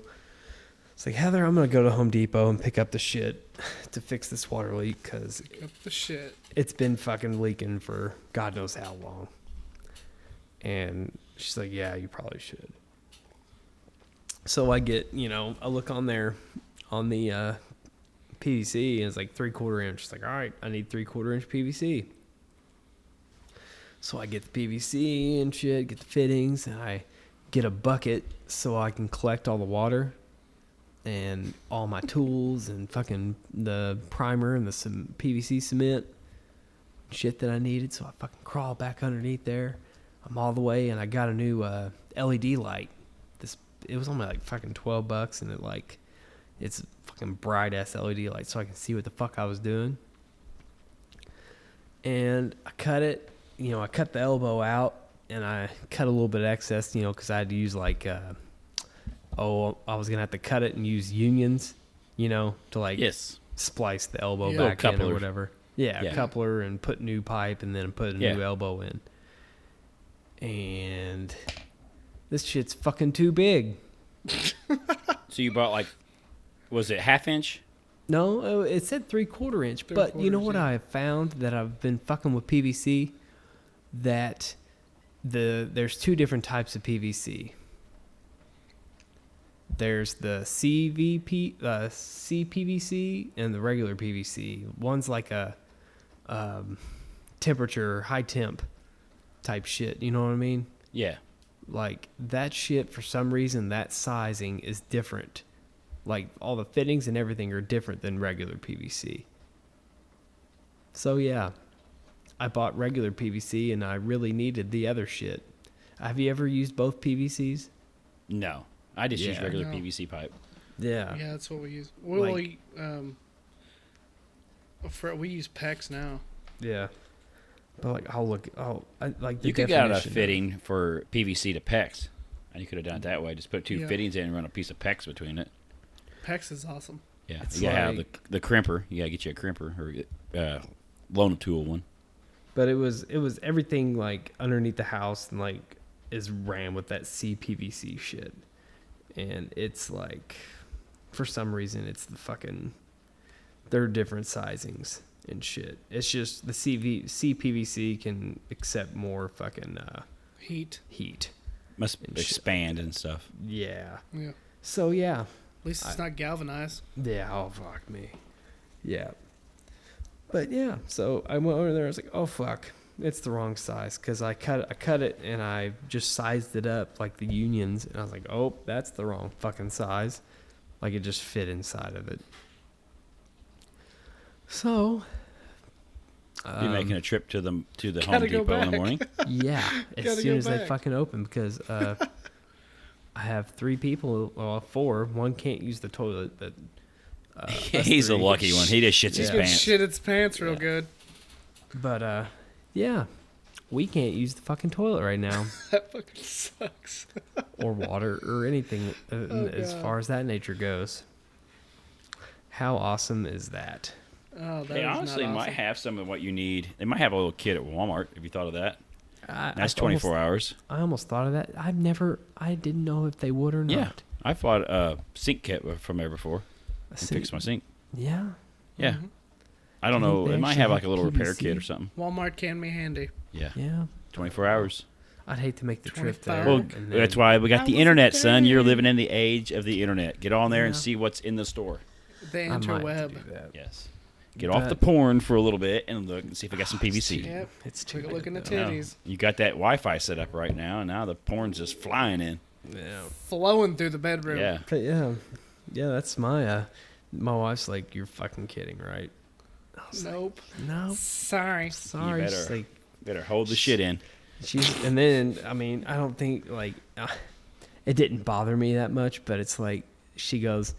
[SPEAKER 1] it's like Heather, I'm gonna go to Home Depot and pick up the shit <laughs> to fix this water leak because
[SPEAKER 3] Up the shit.
[SPEAKER 1] it's been fucking leaking for God knows how long. And she's like, Yeah, you probably should. So I get, you know, I look on there on the uh, PVC and it's like three quarter inch. It's like, All right, I need three quarter inch PVC. So I get the PVC and shit, get the fittings, and I get a bucket so I can collect all the water and all my tools and fucking the primer and the cem- PVC cement shit that I needed. So I fucking crawl back underneath there. I'm all the way, and I got a new uh, LED light. This it was only like fucking twelve bucks, and it like it's fucking bright ass LED light, so I can see what the fuck I was doing. And I cut it, you know, I cut the elbow out, and I cut a little bit of excess, you know, because I had to use like, uh, oh, I was gonna have to cut it and use unions, you know, to like
[SPEAKER 2] Yes.
[SPEAKER 1] splice the elbow
[SPEAKER 3] Yeah.
[SPEAKER 1] back
[SPEAKER 2] Little
[SPEAKER 1] in or
[SPEAKER 2] couplers.
[SPEAKER 1] whatever. Yeah,
[SPEAKER 2] Yeah.
[SPEAKER 1] coupler and put new pipe and then put a
[SPEAKER 2] Yeah.
[SPEAKER 1] new elbow in. And this shit's fucking too big.
[SPEAKER 2] So you bought like, was it half inch?
[SPEAKER 1] No, oh, it said three quarter inch,
[SPEAKER 3] Three
[SPEAKER 1] but you know
[SPEAKER 3] quarters,
[SPEAKER 1] what
[SPEAKER 3] yeah.
[SPEAKER 1] I have found that I've been fucking with PVC that the there's two different types of PVC. There's the CVP, uh, CPVC, and the regular PVC. One's like a um, temperature, high temp type shit. You know what I mean?
[SPEAKER 2] Yeah.
[SPEAKER 1] like that shit for some reason that sizing is different like all the fittings and everything are different than regular pvc so yeah i bought regular pvc and i really needed the other shit have you ever used both pvcs
[SPEAKER 2] No, I just use
[SPEAKER 1] Yeah.
[SPEAKER 2] regular
[SPEAKER 3] No.
[SPEAKER 2] PVC pipe.
[SPEAKER 1] yeah
[SPEAKER 3] Yeah, that's what we use. Well,
[SPEAKER 1] Like-
[SPEAKER 3] um, for, we use PEX now.
[SPEAKER 1] yeah but like i'll look oh I, like the
[SPEAKER 2] you could get out a
[SPEAKER 1] definition of-
[SPEAKER 2] fitting for PVC to PEX, and you could have done it that way. Just put two
[SPEAKER 3] Yeah.
[SPEAKER 2] fittings in and run a piece of PEX between it.
[SPEAKER 3] PEX is awesome.
[SPEAKER 2] Yeah,
[SPEAKER 1] It's
[SPEAKER 2] you gotta have the,
[SPEAKER 1] like-
[SPEAKER 2] the crimper. You gotta get you a crimper or uh, loan a tool one.
[SPEAKER 1] but it was it was everything like underneath the house and like is ran with that CPVC shit, and it's like for some reason it's the fucking they're different sizings and shit. It's just the CV CPVC can accept more fucking uh,
[SPEAKER 3] Heat.
[SPEAKER 1] heat.
[SPEAKER 2] Must
[SPEAKER 1] And shit.
[SPEAKER 2] expand and stuff.
[SPEAKER 1] Yeah.
[SPEAKER 3] Yeah. At
[SPEAKER 1] So yeah,
[SPEAKER 3] least it's not galvanized.
[SPEAKER 1] Yeah, oh fuck me. Yeah. But yeah, so I went over there. I was like, oh fuck, it's the wrong size because I cut I cut it and I just sized it up like the unions, and I was like, oh, that's the wrong fucking size. Like it just fit inside of it. So.
[SPEAKER 2] You're
[SPEAKER 1] um,
[SPEAKER 2] making a trip to the to the Home
[SPEAKER 3] Gotta go
[SPEAKER 2] Depot in the <laughs>
[SPEAKER 3] back.
[SPEAKER 2] morning. Uh,
[SPEAKER 1] yeah,
[SPEAKER 3] <laughs>
[SPEAKER 1] as
[SPEAKER 3] Gotta
[SPEAKER 1] soon
[SPEAKER 3] go
[SPEAKER 1] as they
[SPEAKER 3] back.
[SPEAKER 1] fucking open, because uh,
[SPEAKER 3] <laughs>
[SPEAKER 1] I have three people, well, four. One can't use the toilet, but uh, us
[SPEAKER 2] He's a
[SPEAKER 1] three-
[SPEAKER 2] lucky one. He just shits
[SPEAKER 1] He's
[SPEAKER 2] his
[SPEAKER 3] He's gonna
[SPEAKER 2] pants.
[SPEAKER 3] shit its pants real
[SPEAKER 2] Yeah.
[SPEAKER 3] good. <laughs>
[SPEAKER 1] But uh, yeah, we can't use the fucking toilet right now, <laughs>
[SPEAKER 3] That fucking sucks. <laughs>
[SPEAKER 1] or water, or anything uh,
[SPEAKER 3] Oh,
[SPEAKER 1] as
[SPEAKER 3] God.
[SPEAKER 1] far as that nature goes. How awesome is that?
[SPEAKER 3] Oh, that
[SPEAKER 2] They
[SPEAKER 3] is
[SPEAKER 2] honestly
[SPEAKER 3] not
[SPEAKER 2] might
[SPEAKER 3] awesome.
[SPEAKER 2] have some of what you need. They might have a little kit at Walmart. Have you thought of that?
[SPEAKER 1] I, I
[SPEAKER 2] That's
[SPEAKER 1] almost-
[SPEAKER 2] 24 hours.
[SPEAKER 1] I almost thought of that. I've never. I didn't know if they would or not.
[SPEAKER 2] Yeah, I bought a sink kit from there before.
[SPEAKER 1] I
[SPEAKER 2] I
[SPEAKER 1] see-
[SPEAKER 2] fixed my sink.
[SPEAKER 1] yeah.
[SPEAKER 2] Yeah,
[SPEAKER 3] Mhm.
[SPEAKER 2] I don't
[SPEAKER 1] Do you think
[SPEAKER 2] know.
[SPEAKER 1] they
[SPEAKER 2] It might
[SPEAKER 1] actually
[SPEAKER 2] have like
[SPEAKER 1] have
[SPEAKER 2] a little repair
[SPEAKER 1] PVC?
[SPEAKER 2] kit or something.
[SPEAKER 3] Walmart can be handy.
[SPEAKER 2] Yeah,
[SPEAKER 1] Yeah.
[SPEAKER 2] 24 hours.
[SPEAKER 1] I'd hate to make the trip there.
[SPEAKER 3] 25.
[SPEAKER 2] Well,
[SPEAKER 1] and then-
[SPEAKER 2] that's why we
[SPEAKER 3] I
[SPEAKER 2] got the
[SPEAKER 3] wasn't
[SPEAKER 2] internet, son. You're
[SPEAKER 3] there.
[SPEAKER 2] living in the age of the internet. Get on there and
[SPEAKER 1] Yeah.
[SPEAKER 2] see what's in the store.
[SPEAKER 3] The
[SPEAKER 1] I might have to
[SPEAKER 3] interweb.
[SPEAKER 1] do that.
[SPEAKER 2] Yes. Get off the
[SPEAKER 1] But-
[SPEAKER 2] porn for a little bit and look and see if we got some PVC.
[SPEAKER 1] too-
[SPEAKER 3] Yep.
[SPEAKER 1] It's too
[SPEAKER 3] Take a
[SPEAKER 1] bad,
[SPEAKER 3] look in the
[SPEAKER 1] though.
[SPEAKER 2] No.
[SPEAKER 3] titties.
[SPEAKER 2] You got that Wi-Fi set up right now, and now the porn's just flying in.
[SPEAKER 1] Yeah.
[SPEAKER 3] Flowing through the bedroom.
[SPEAKER 2] Yeah.
[SPEAKER 1] But yeah, yeah, that's my. Uh, my wife's like, "You're fucking kidding, right?" I was like,
[SPEAKER 3] Nope.
[SPEAKER 1] no,
[SPEAKER 3] Sorry.
[SPEAKER 1] sorry.
[SPEAKER 2] better.
[SPEAKER 1] She's like,
[SPEAKER 2] Better hold the shit in.
[SPEAKER 1] she's, and then I mean, I don't think like uh, it didn't bother me that much, but it's like she goes,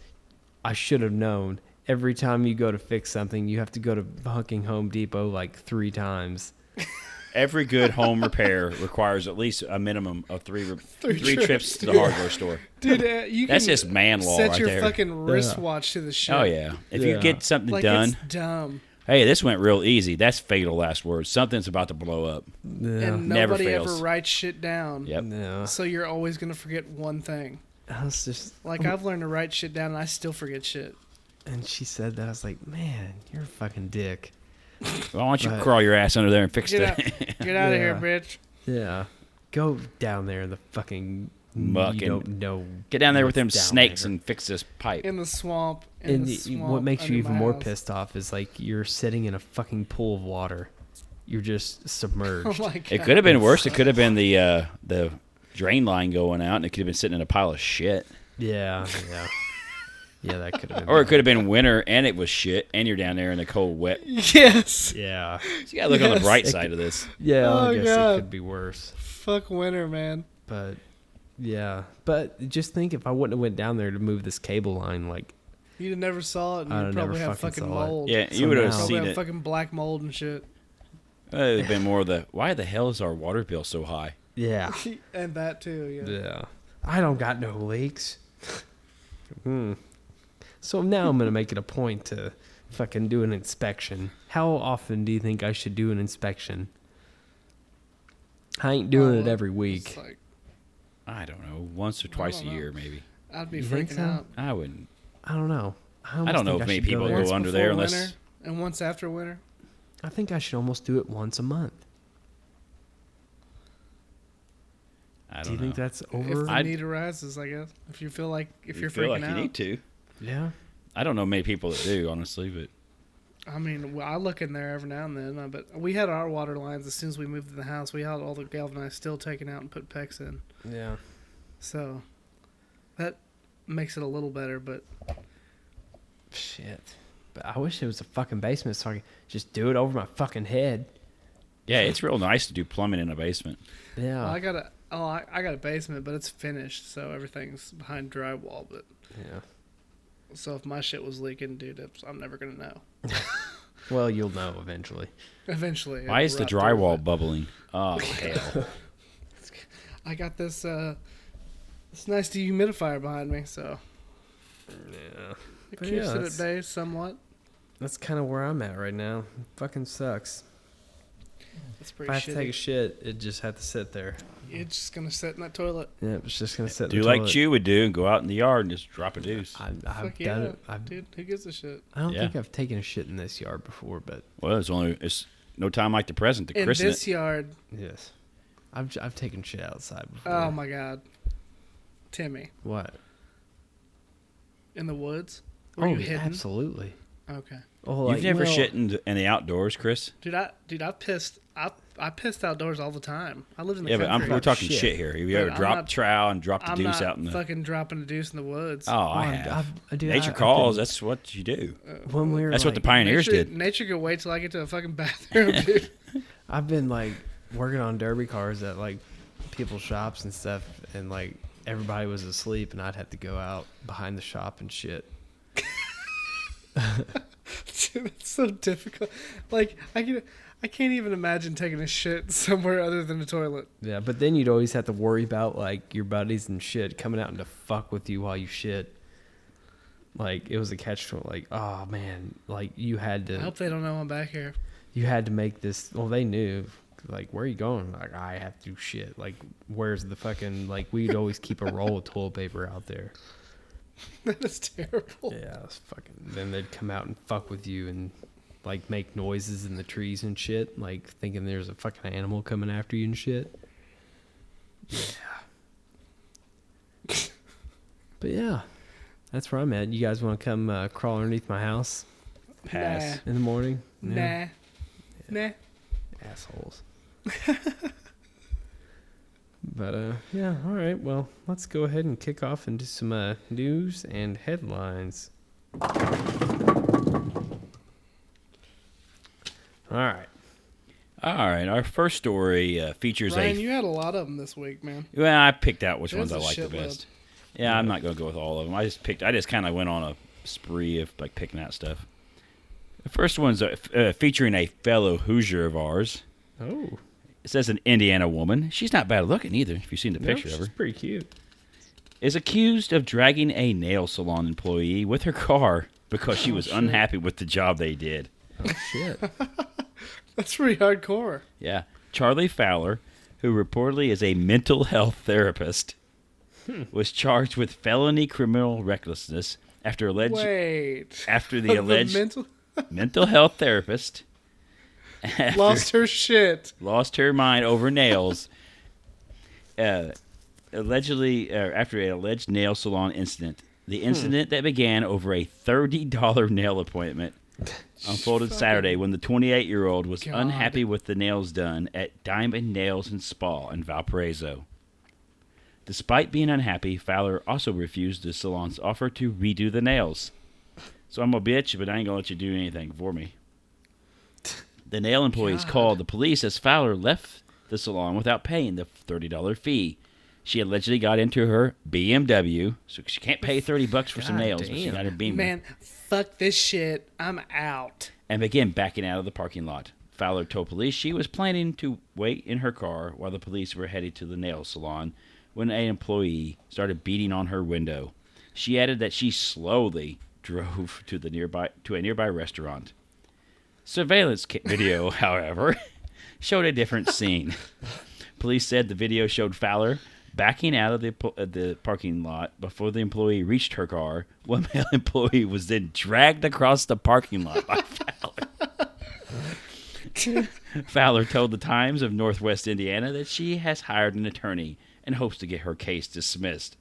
[SPEAKER 1] "I should have known." Every time you go to fix something, you have to go to fucking Home Depot like three times.
[SPEAKER 2] Every good home repair requires at least a minimum of three re- three, trips. to the hardware store.
[SPEAKER 3] Dude, uh, you
[SPEAKER 2] That's
[SPEAKER 3] can
[SPEAKER 2] just man law
[SPEAKER 3] set
[SPEAKER 2] right
[SPEAKER 3] your
[SPEAKER 2] there.
[SPEAKER 3] fucking wristwatch to the shit.
[SPEAKER 2] Oh yeah. If
[SPEAKER 1] Yeah.
[SPEAKER 2] you get something
[SPEAKER 3] Like
[SPEAKER 2] done,
[SPEAKER 3] it's dumb.
[SPEAKER 2] hey, this went real easy. That's fatal last word. Something's about to blow up.
[SPEAKER 1] Yeah.
[SPEAKER 3] and
[SPEAKER 2] Never
[SPEAKER 3] nobody ever
[SPEAKER 2] fails.
[SPEAKER 3] writes shit down.
[SPEAKER 2] Yep.
[SPEAKER 1] No,
[SPEAKER 3] So you're always gonna forget one thing.
[SPEAKER 1] I was just
[SPEAKER 3] Like I've learned to write shit down, and I still forget shit.
[SPEAKER 1] <laughs> and she said that I was like, "Man, you're a fucking dick."
[SPEAKER 2] Why don't you
[SPEAKER 1] Right.
[SPEAKER 2] crawl your ass under there and fix
[SPEAKER 3] Get out,
[SPEAKER 2] that?
[SPEAKER 3] <laughs> get out of here, bitch.
[SPEAKER 1] Yeah, go down there in the fucking
[SPEAKER 2] Muck
[SPEAKER 1] You
[SPEAKER 2] and-
[SPEAKER 1] don't know.
[SPEAKER 2] <laughs> Get down there with
[SPEAKER 1] what's
[SPEAKER 2] them
[SPEAKER 1] down
[SPEAKER 2] snakes
[SPEAKER 1] there.
[SPEAKER 2] and fix this pipe.
[SPEAKER 3] In the swamp. In
[SPEAKER 1] and
[SPEAKER 3] the
[SPEAKER 1] y-
[SPEAKER 3] swamp
[SPEAKER 1] what makes you
[SPEAKER 3] under
[SPEAKER 1] even
[SPEAKER 3] my
[SPEAKER 1] more
[SPEAKER 3] house.
[SPEAKER 1] pissed off is like you're sitting in a fucking pool of water. You're just
[SPEAKER 3] <laughs> <laughs> Oh
[SPEAKER 1] submerged.
[SPEAKER 3] my
[SPEAKER 2] It
[SPEAKER 3] God.
[SPEAKER 2] could have been worse. It could have been the uh, the drain line going out, and it could have been sitting in a pile of shit.
[SPEAKER 1] yeah, yeah. Yeah, that could have been.
[SPEAKER 2] Or it
[SPEAKER 1] bad.
[SPEAKER 2] could have been winter and it was shit, and you're down there in the cold, wet. So
[SPEAKER 3] <laughs> Yes. <laughs>
[SPEAKER 1] Yeah.
[SPEAKER 2] you gotta look on the
[SPEAKER 3] Yes.
[SPEAKER 2] bright side of
[SPEAKER 3] <laughs>
[SPEAKER 2] this.
[SPEAKER 1] Yeah,
[SPEAKER 3] Oh,
[SPEAKER 1] I guess
[SPEAKER 3] God.
[SPEAKER 1] it could be worse.
[SPEAKER 3] Fuck winter, man.
[SPEAKER 1] But yeah, but just think if I wouldn't have went down there to move this cable line, like
[SPEAKER 3] You never saw it, and
[SPEAKER 1] I'd
[SPEAKER 3] you
[SPEAKER 1] have
[SPEAKER 3] probably
[SPEAKER 1] never
[SPEAKER 3] have
[SPEAKER 1] fucking
[SPEAKER 3] fucking,
[SPEAKER 1] saw it.
[SPEAKER 3] mold.
[SPEAKER 2] Yeah, you
[SPEAKER 1] So
[SPEAKER 2] would have
[SPEAKER 1] now-
[SPEAKER 3] Probably
[SPEAKER 2] seen
[SPEAKER 3] have
[SPEAKER 2] it.
[SPEAKER 3] fucking black mold and shit. <laughs>
[SPEAKER 2] Uh, it'd have been more of the why the hell is our water bill so high?
[SPEAKER 3] <laughs>
[SPEAKER 1] yeah,
[SPEAKER 3] and that too. Yeah.
[SPEAKER 1] yeah, I don't got no leaks. <laughs> Hmm. So now I'm gonna make it a point to fucking do an inspection. How often do you think I should do an inspection? I ain't doing
[SPEAKER 3] Oh,
[SPEAKER 1] it every
[SPEAKER 3] It's
[SPEAKER 1] week.
[SPEAKER 3] like,
[SPEAKER 2] I don't know, once or twice a
[SPEAKER 3] don't know.
[SPEAKER 2] year maybe.
[SPEAKER 3] I'd be
[SPEAKER 1] You think
[SPEAKER 3] freaking
[SPEAKER 1] so?
[SPEAKER 3] out.
[SPEAKER 2] I wouldn't.
[SPEAKER 1] I don't know. almost
[SPEAKER 2] I don't know
[SPEAKER 1] think
[SPEAKER 2] if many
[SPEAKER 1] should
[SPEAKER 2] people
[SPEAKER 1] there.
[SPEAKER 2] go under there
[SPEAKER 3] before
[SPEAKER 2] unless-
[SPEAKER 3] winter and once after winter.
[SPEAKER 1] I think I should almost do it once a month.
[SPEAKER 2] I don't
[SPEAKER 1] Do you
[SPEAKER 2] know.
[SPEAKER 1] think that's
[SPEAKER 3] If
[SPEAKER 1] over?
[SPEAKER 3] the
[SPEAKER 2] I'd-
[SPEAKER 3] need arises, I guess. If you feel like if
[SPEAKER 2] You
[SPEAKER 3] you're
[SPEAKER 2] feel
[SPEAKER 3] freaking
[SPEAKER 2] like
[SPEAKER 3] out,
[SPEAKER 2] you need to.
[SPEAKER 1] yeah.
[SPEAKER 2] I don't know many people that do, honestly, but
[SPEAKER 3] I mean, w- I look in there every now and then. uh, But we had our water lines as soon as we moved in the house. We had all the galvanized steel taken out and put PEX in.
[SPEAKER 1] Yeah.
[SPEAKER 3] So that makes it a little better. But
[SPEAKER 1] Shit. But I wish it was a fucking basement so I could just do it over my fucking head.
[SPEAKER 2] yeah, it's real nice to do plumbing in a basement.
[SPEAKER 1] Yeah.
[SPEAKER 3] well, I got a oh, I, I got a basement, but it's finished, so everything's behind drywall. But
[SPEAKER 1] yeah.
[SPEAKER 3] so if my shit was leaking, dude, it's- I'm never gonna know.
[SPEAKER 1] Well, you'll know eventually.
[SPEAKER 3] Eventually.
[SPEAKER 2] Why
[SPEAKER 3] it'll
[SPEAKER 2] is the
[SPEAKER 3] rot through,
[SPEAKER 2] drywall bubbling?
[SPEAKER 1] <laughs>
[SPEAKER 2] Oh hell.
[SPEAKER 3] but I got this. uh This nice dehumidifier behind me, so
[SPEAKER 1] Yeah.
[SPEAKER 3] it
[SPEAKER 1] But
[SPEAKER 3] keeps
[SPEAKER 1] yeah,
[SPEAKER 3] it
[SPEAKER 1] it's-
[SPEAKER 3] at bay somewhat.
[SPEAKER 1] That's kind of where I'm at right now. fucking sucks.
[SPEAKER 3] It's
[SPEAKER 1] If
[SPEAKER 3] pretty
[SPEAKER 1] I have to take a
[SPEAKER 3] shitty.
[SPEAKER 1] shit, it just had to sit there.
[SPEAKER 3] it's just gonna sit in that toilet.
[SPEAKER 1] Yeah, it's just gonna sit.
[SPEAKER 2] do
[SPEAKER 1] in the
[SPEAKER 2] like
[SPEAKER 1] toilet.
[SPEAKER 2] Chew would do and go out in the yard and just drop a deuce.
[SPEAKER 1] I, I've done
[SPEAKER 3] Fuck yeah,
[SPEAKER 1] it. I've,
[SPEAKER 3] dude. Who gives a shit?
[SPEAKER 1] I don't
[SPEAKER 2] Yeah.
[SPEAKER 1] think I've taken a shit in this yard before, but
[SPEAKER 2] Well, it's only it's no time like the present to
[SPEAKER 3] In
[SPEAKER 2] christen
[SPEAKER 3] this
[SPEAKER 2] it.
[SPEAKER 3] yard,
[SPEAKER 1] yes, I've j- I've taken shit outside before.
[SPEAKER 3] oh my god, Timmy,
[SPEAKER 1] What?
[SPEAKER 3] in the woods. Were
[SPEAKER 1] Oh,
[SPEAKER 3] you hidden?
[SPEAKER 1] absolutely.
[SPEAKER 3] Okay,
[SPEAKER 1] Oh,
[SPEAKER 2] You've
[SPEAKER 1] like,
[SPEAKER 2] never
[SPEAKER 1] well,
[SPEAKER 2] shit in the, in the outdoors, Chris.
[SPEAKER 3] dude. I dude, I pissed. I I pissed outdoors all the time. I lived in the
[SPEAKER 2] Yeah, but
[SPEAKER 3] country.
[SPEAKER 2] I'm, we're talking
[SPEAKER 1] Shit.
[SPEAKER 2] shit, here. Have you
[SPEAKER 3] Dude,
[SPEAKER 2] ever
[SPEAKER 3] I'm
[SPEAKER 2] dropped
[SPEAKER 3] not-
[SPEAKER 2] trowel and dropped the
[SPEAKER 3] I'm
[SPEAKER 2] deuce
[SPEAKER 3] not
[SPEAKER 2] out in the?
[SPEAKER 3] fucking dropping a deuce in the woods.
[SPEAKER 2] oh, I
[SPEAKER 1] I've-
[SPEAKER 2] have.
[SPEAKER 1] I've- dude,
[SPEAKER 2] Nature
[SPEAKER 1] I- I've
[SPEAKER 2] calls.
[SPEAKER 1] been-
[SPEAKER 2] That's what you do.
[SPEAKER 1] when we were
[SPEAKER 2] That's what the
[SPEAKER 1] like-
[SPEAKER 2] pioneers
[SPEAKER 3] nature,
[SPEAKER 2] did.
[SPEAKER 3] Nature could wait till I get to the fucking <laughs> bathroom, dude.
[SPEAKER 1] I've been like working on derby cars at like people's shops and stuff, and like everybody was asleep, and I'd have to go out behind the shop and shit.
[SPEAKER 3] <laughs> Dude, That's so difficult. Like I can, I can't even imagine taking a shit somewhere other than the toilet.
[SPEAKER 1] Yeah, but then you'd always have to worry about like your buddies and shit coming out and to fuck with you while you shit. Like it was a catch to like, oh man, like you had
[SPEAKER 3] I
[SPEAKER 1] to
[SPEAKER 3] hope they don't know I'm back here. <laughs>
[SPEAKER 1] you had to make this. Well, they knew. Like, where are you going? Like, I have to shit. Like, where's the fucking like? We'd always keep a roll of toilet paper out there.
[SPEAKER 3] that is terrible.
[SPEAKER 1] Yeah, it's fucking. Then they'd come out and fuck with you and like make noises in the trees and shit, like thinking there's a fucking animal coming after you and shit. Yeah. but yeah, that's where I'm at. You guys want to come uh, crawl underneath my house
[SPEAKER 2] Pass.
[SPEAKER 1] in the morning?
[SPEAKER 3] Nah,
[SPEAKER 1] No?
[SPEAKER 3] nah, nah.
[SPEAKER 1] assholes. <laughs> but uh, yeah, all right. Well, let's go ahead and kick off into some uh, news and headlines. All right.
[SPEAKER 2] All right, our first story uh, features
[SPEAKER 3] Ryan,
[SPEAKER 2] a.
[SPEAKER 3] you had a lot of them this week, man.
[SPEAKER 2] well, I picked out which ones I
[SPEAKER 3] There's a
[SPEAKER 2] like the
[SPEAKER 3] shitload.
[SPEAKER 2] best. Yeah, I'm not gonna go with all of them. I just picked. I just kind of went on a spree of like picking out stuff. The first one's uh, f- uh, featuring a fellow Hoosier of ours.
[SPEAKER 1] Oh,
[SPEAKER 2] It says an Indiana woman. She's not bad looking either. If you've seen the
[SPEAKER 1] no,
[SPEAKER 2] picture of
[SPEAKER 1] she's
[SPEAKER 2] her,
[SPEAKER 1] pretty cute.
[SPEAKER 2] is accused of dragging a nail salon employee with her car because she was unhappy with the job they did.
[SPEAKER 1] Oh shit.
[SPEAKER 3] That's pretty hardcore.
[SPEAKER 2] Yeah, Charlie Fowler, who reportedly is a mental health therapist, was charged with felony criminal recklessness after alleged
[SPEAKER 3] Wait.
[SPEAKER 2] after
[SPEAKER 3] <laughs>
[SPEAKER 2] the alleged
[SPEAKER 3] mental
[SPEAKER 2] mental health therapist after-
[SPEAKER 3] lost her shit.
[SPEAKER 2] lost her mind over nails. uh, allegedly, uh, after an alleged nail salon incident, the incident that began over a thirty-dollar nail appointment unfolded Saturday when the twenty-eight-year-old was
[SPEAKER 3] God.
[SPEAKER 2] unhappy with the nails done at Diamond Nails and Spa in Valparaiso. Despite being unhappy, Fowler also refused the salon's offer to redo the nails. So I'm a bitch, but I ain't gonna let you do anything for me. The nail employees
[SPEAKER 3] God.
[SPEAKER 2] called the police as Fowler left the salon without paying the $30 fee. She allegedly got into her BMW, so she can't pay 30 bucks for some
[SPEAKER 1] God
[SPEAKER 2] nails, but she
[SPEAKER 1] damn.
[SPEAKER 2] got her Beamer.
[SPEAKER 3] Man, fuck this shit. I'm
[SPEAKER 2] <laughs>
[SPEAKER 3] out.
[SPEAKER 2] and began backing out of the parking lot. Fowler told police she was planning to wait in her car while the police were headed to the nail salon when an employee started beating on her window. She added that she slowly <laughs> drove to the nearby to a nearby restaurant. Surveillance ca- video, however, showed a different scene. Police said the video showed Fowler backing out of the po- uh, the parking lot before the employee reached her car. One male <laughs> employee was then dragged across the parking lot by Fowler. Fowler told the Times of Northwest Indiana that she has hired an attorney and hopes to get her case dismissed.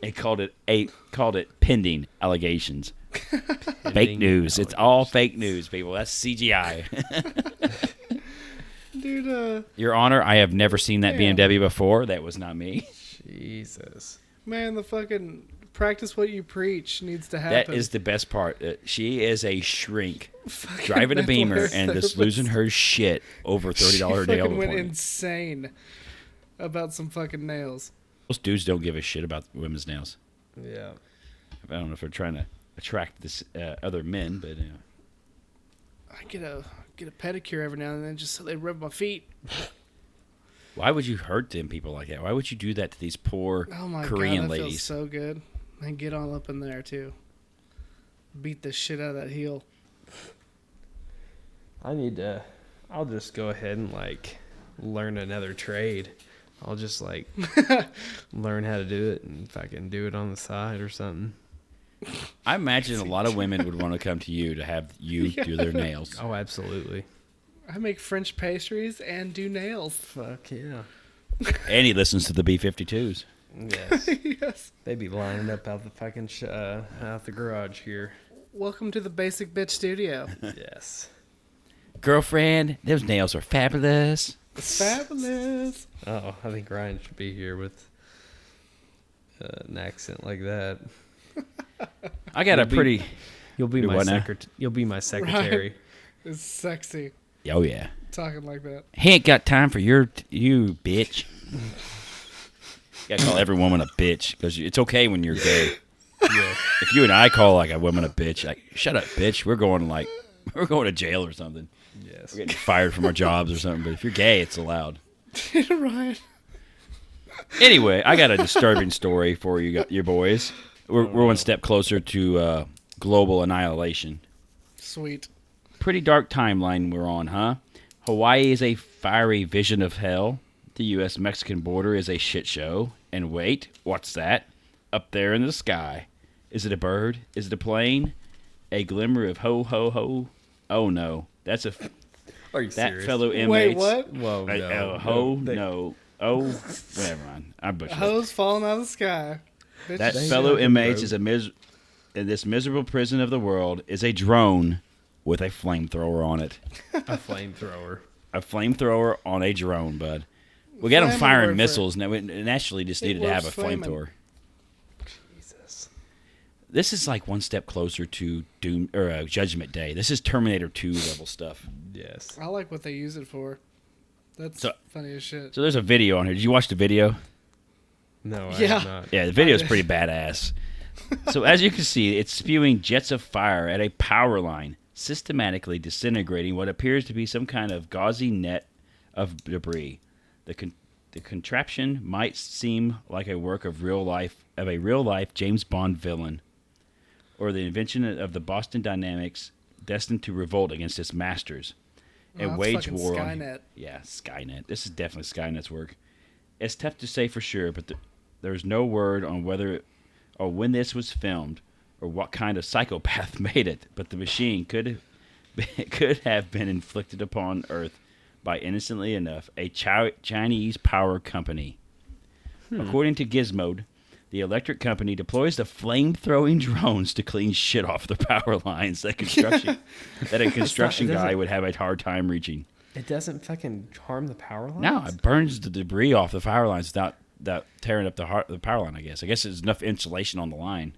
[SPEAKER 2] It called it a called it pending
[SPEAKER 3] <laughs>
[SPEAKER 2] allegations. fake
[SPEAKER 1] Pending
[SPEAKER 2] news. It's all fake news, people. That's
[SPEAKER 3] <laughs>
[SPEAKER 2] CGI.
[SPEAKER 3] Dude, uh,
[SPEAKER 2] Your Honor, I have never seen that
[SPEAKER 3] Yeah.
[SPEAKER 2] BMW before. That was not me.
[SPEAKER 1] <laughs> Jesus.
[SPEAKER 3] man, the fucking practice what you preach needs to happen.
[SPEAKER 2] That is the best part. Uh, she is a shrink
[SPEAKER 3] <laughs> Fucking
[SPEAKER 2] driving a
[SPEAKER 3] mental
[SPEAKER 2] beamer
[SPEAKER 3] health
[SPEAKER 2] and just
[SPEAKER 3] therapist.
[SPEAKER 2] losing her shit over thirty
[SPEAKER 3] <laughs> She
[SPEAKER 2] dollar nail
[SPEAKER 3] fucking went
[SPEAKER 2] appointment.
[SPEAKER 3] insane about some fucking nails.
[SPEAKER 2] Most dudes don't give a shit about women's nails.
[SPEAKER 1] Yeah.
[SPEAKER 2] I don't know if they're trying to attract this uh, other men, but uh,
[SPEAKER 3] I get a get a pedicure every now and then just so they rub my feet.
[SPEAKER 2] why would you hurt them people like that? Why would you do that to these poor
[SPEAKER 3] Oh my
[SPEAKER 2] Korean
[SPEAKER 3] god, that
[SPEAKER 2] ladies?
[SPEAKER 3] feels so good. And get all up in there too. Beat the shit out of that heel.
[SPEAKER 1] I need to. I'll just go ahead and like learn another trade. I'll just like <laughs> learn how to do it, and if I can do it on the side or something.
[SPEAKER 2] I imagine a lot of women would want to come to you to have you do their nails.
[SPEAKER 1] Oh, absolutely.
[SPEAKER 3] I make French pastries and
[SPEAKER 2] <laughs>
[SPEAKER 3] do nails.
[SPEAKER 1] Fuck yeah.
[SPEAKER 2] And he listens to the B-52s.
[SPEAKER 1] <laughs> Yes.
[SPEAKER 3] yes.
[SPEAKER 1] they be lining up out the fucking sh- uh, out the garage <laughs> here.
[SPEAKER 3] Welcome to the Basic
[SPEAKER 2] <laughs>
[SPEAKER 3] Bitch Studio.
[SPEAKER 1] Yes.
[SPEAKER 2] Girlfriend, those nails are fabulous.
[SPEAKER 3] Fabulous.
[SPEAKER 1] Oh, I think Ryan should be here with uh, an accent like that.
[SPEAKER 2] I got a
[SPEAKER 1] Would be-
[SPEAKER 2] pretty.
[SPEAKER 1] You'll be
[SPEAKER 2] Do
[SPEAKER 1] my
[SPEAKER 2] what now?
[SPEAKER 1] secret. You'll be my <laughs> secretary.
[SPEAKER 3] It's sexy
[SPEAKER 2] Oh yeah.
[SPEAKER 3] talking like that. <laughs>
[SPEAKER 2] He ain't got time for your you bitch. gotta call every woman a bitch because it's okay when you're gay.
[SPEAKER 1] Yeah.
[SPEAKER 2] If you and I call like a woman a bitch, like shut up, bitch. We're going like <laughs> we're going to jail or something.
[SPEAKER 1] Yes.
[SPEAKER 2] We're getting fired from our jobs or something. But if you're gay, it's allowed.
[SPEAKER 3] Ryan.
[SPEAKER 2] Anyway, I got a disturbing story for you, gu- your boys. We're, we're one step closer to uh, global annihilation.
[SPEAKER 3] Sweet.
[SPEAKER 2] pretty dark timeline we're on, huh? Hawaii is a fiery vision of hell. The U.S. Mexican border is a shit show. And wait, what's that? Up there in the sky. Is it a bird? Is it a plane? A glimmer of ho ho ho. Oh no, that's a f-
[SPEAKER 1] Are you
[SPEAKER 2] that
[SPEAKER 1] serious?
[SPEAKER 2] fellow inmate.
[SPEAKER 3] Wait, what?
[SPEAKER 1] Whoa,
[SPEAKER 2] I,
[SPEAKER 1] no.
[SPEAKER 2] oh,
[SPEAKER 1] <laughs>
[SPEAKER 2] ho
[SPEAKER 1] They-
[SPEAKER 2] no. Oh, never mind. I butchered. it.
[SPEAKER 3] Hose falling out of the sky. Bitch,
[SPEAKER 2] That
[SPEAKER 1] They
[SPEAKER 2] fellow
[SPEAKER 1] have a
[SPEAKER 2] inmate
[SPEAKER 1] rope.
[SPEAKER 2] is a mis- in this miserable prison of the world is a drone with a flamethrower on it.
[SPEAKER 1] a flamethrower.
[SPEAKER 2] a flamethrower on a drone, bud. We got them
[SPEAKER 3] Flaming
[SPEAKER 2] firing
[SPEAKER 3] word
[SPEAKER 2] missiles, and we naturally just
[SPEAKER 3] It
[SPEAKER 2] needed to have a
[SPEAKER 3] works flaming.
[SPEAKER 2] flamethrower.
[SPEAKER 1] Jesus.
[SPEAKER 2] This is like one step closer to Doom or uh, Judgment Day. This is Terminator Two level stuff.
[SPEAKER 1] Yes.
[SPEAKER 3] I like what they use it for. That's
[SPEAKER 2] So-
[SPEAKER 3] funny as shit.
[SPEAKER 2] So there's a video on here. Did you watch the video?
[SPEAKER 1] No, I
[SPEAKER 3] Yeah.
[SPEAKER 1] have not.
[SPEAKER 2] Yeah, the video is pretty badass. so as you can see, it's spewing jets of fire at a power line, systematically disintegrating what appears to be some kind of gauzy net of debris. The con- the contraption might seem like a work of real life of a real life James Bond villain, or the invention of the Boston Dynamics destined to revolt against its masters.
[SPEAKER 3] Oh,
[SPEAKER 2] and
[SPEAKER 3] that's
[SPEAKER 2] wage
[SPEAKER 3] fucking
[SPEAKER 2] war on
[SPEAKER 3] Skynet.
[SPEAKER 2] yeah, Skynet. This is definitely Skynet's work. It's tough to say for sure, but th- there's no word on whether it, or when this was filmed or what kind of psychopath <laughs> made it. But the machine could have, <laughs> could have been inflicted upon Earth by innocently enough a chi- Chinese power company.
[SPEAKER 3] Hmm.
[SPEAKER 2] According to Gizmodo, the electric company deploys the flame-throwing drones to clean shit off the <laughs> power lines that
[SPEAKER 3] <laughs>
[SPEAKER 2] construction that a construction
[SPEAKER 1] doesn't-
[SPEAKER 2] guy would have a hard time reaching.
[SPEAKER 1] It doesn't fucking harm the power line.
[SPEAKER 2] No, it burns the debris off the fire lines without that tearing up the heart, the power line. I guess. I guess there's enough insulation on the line.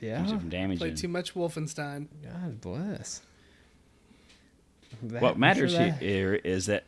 [SPEAKER 1] Yeah.
[SPEAKER 2] keeps it From
[SPEAKER 3] Ah, Played too
[SPEAKER 2] damaging.
[SPEAKER 3] much Wolfenstein. <laughs>
[SPEAKER 1] God bless. That- I'm
[SPEAKER 2] What
[SPEAKER 1] sure
[SPEAKER 2] matters
[SPEAKER 1] that-
[SPEAKER 2] here is that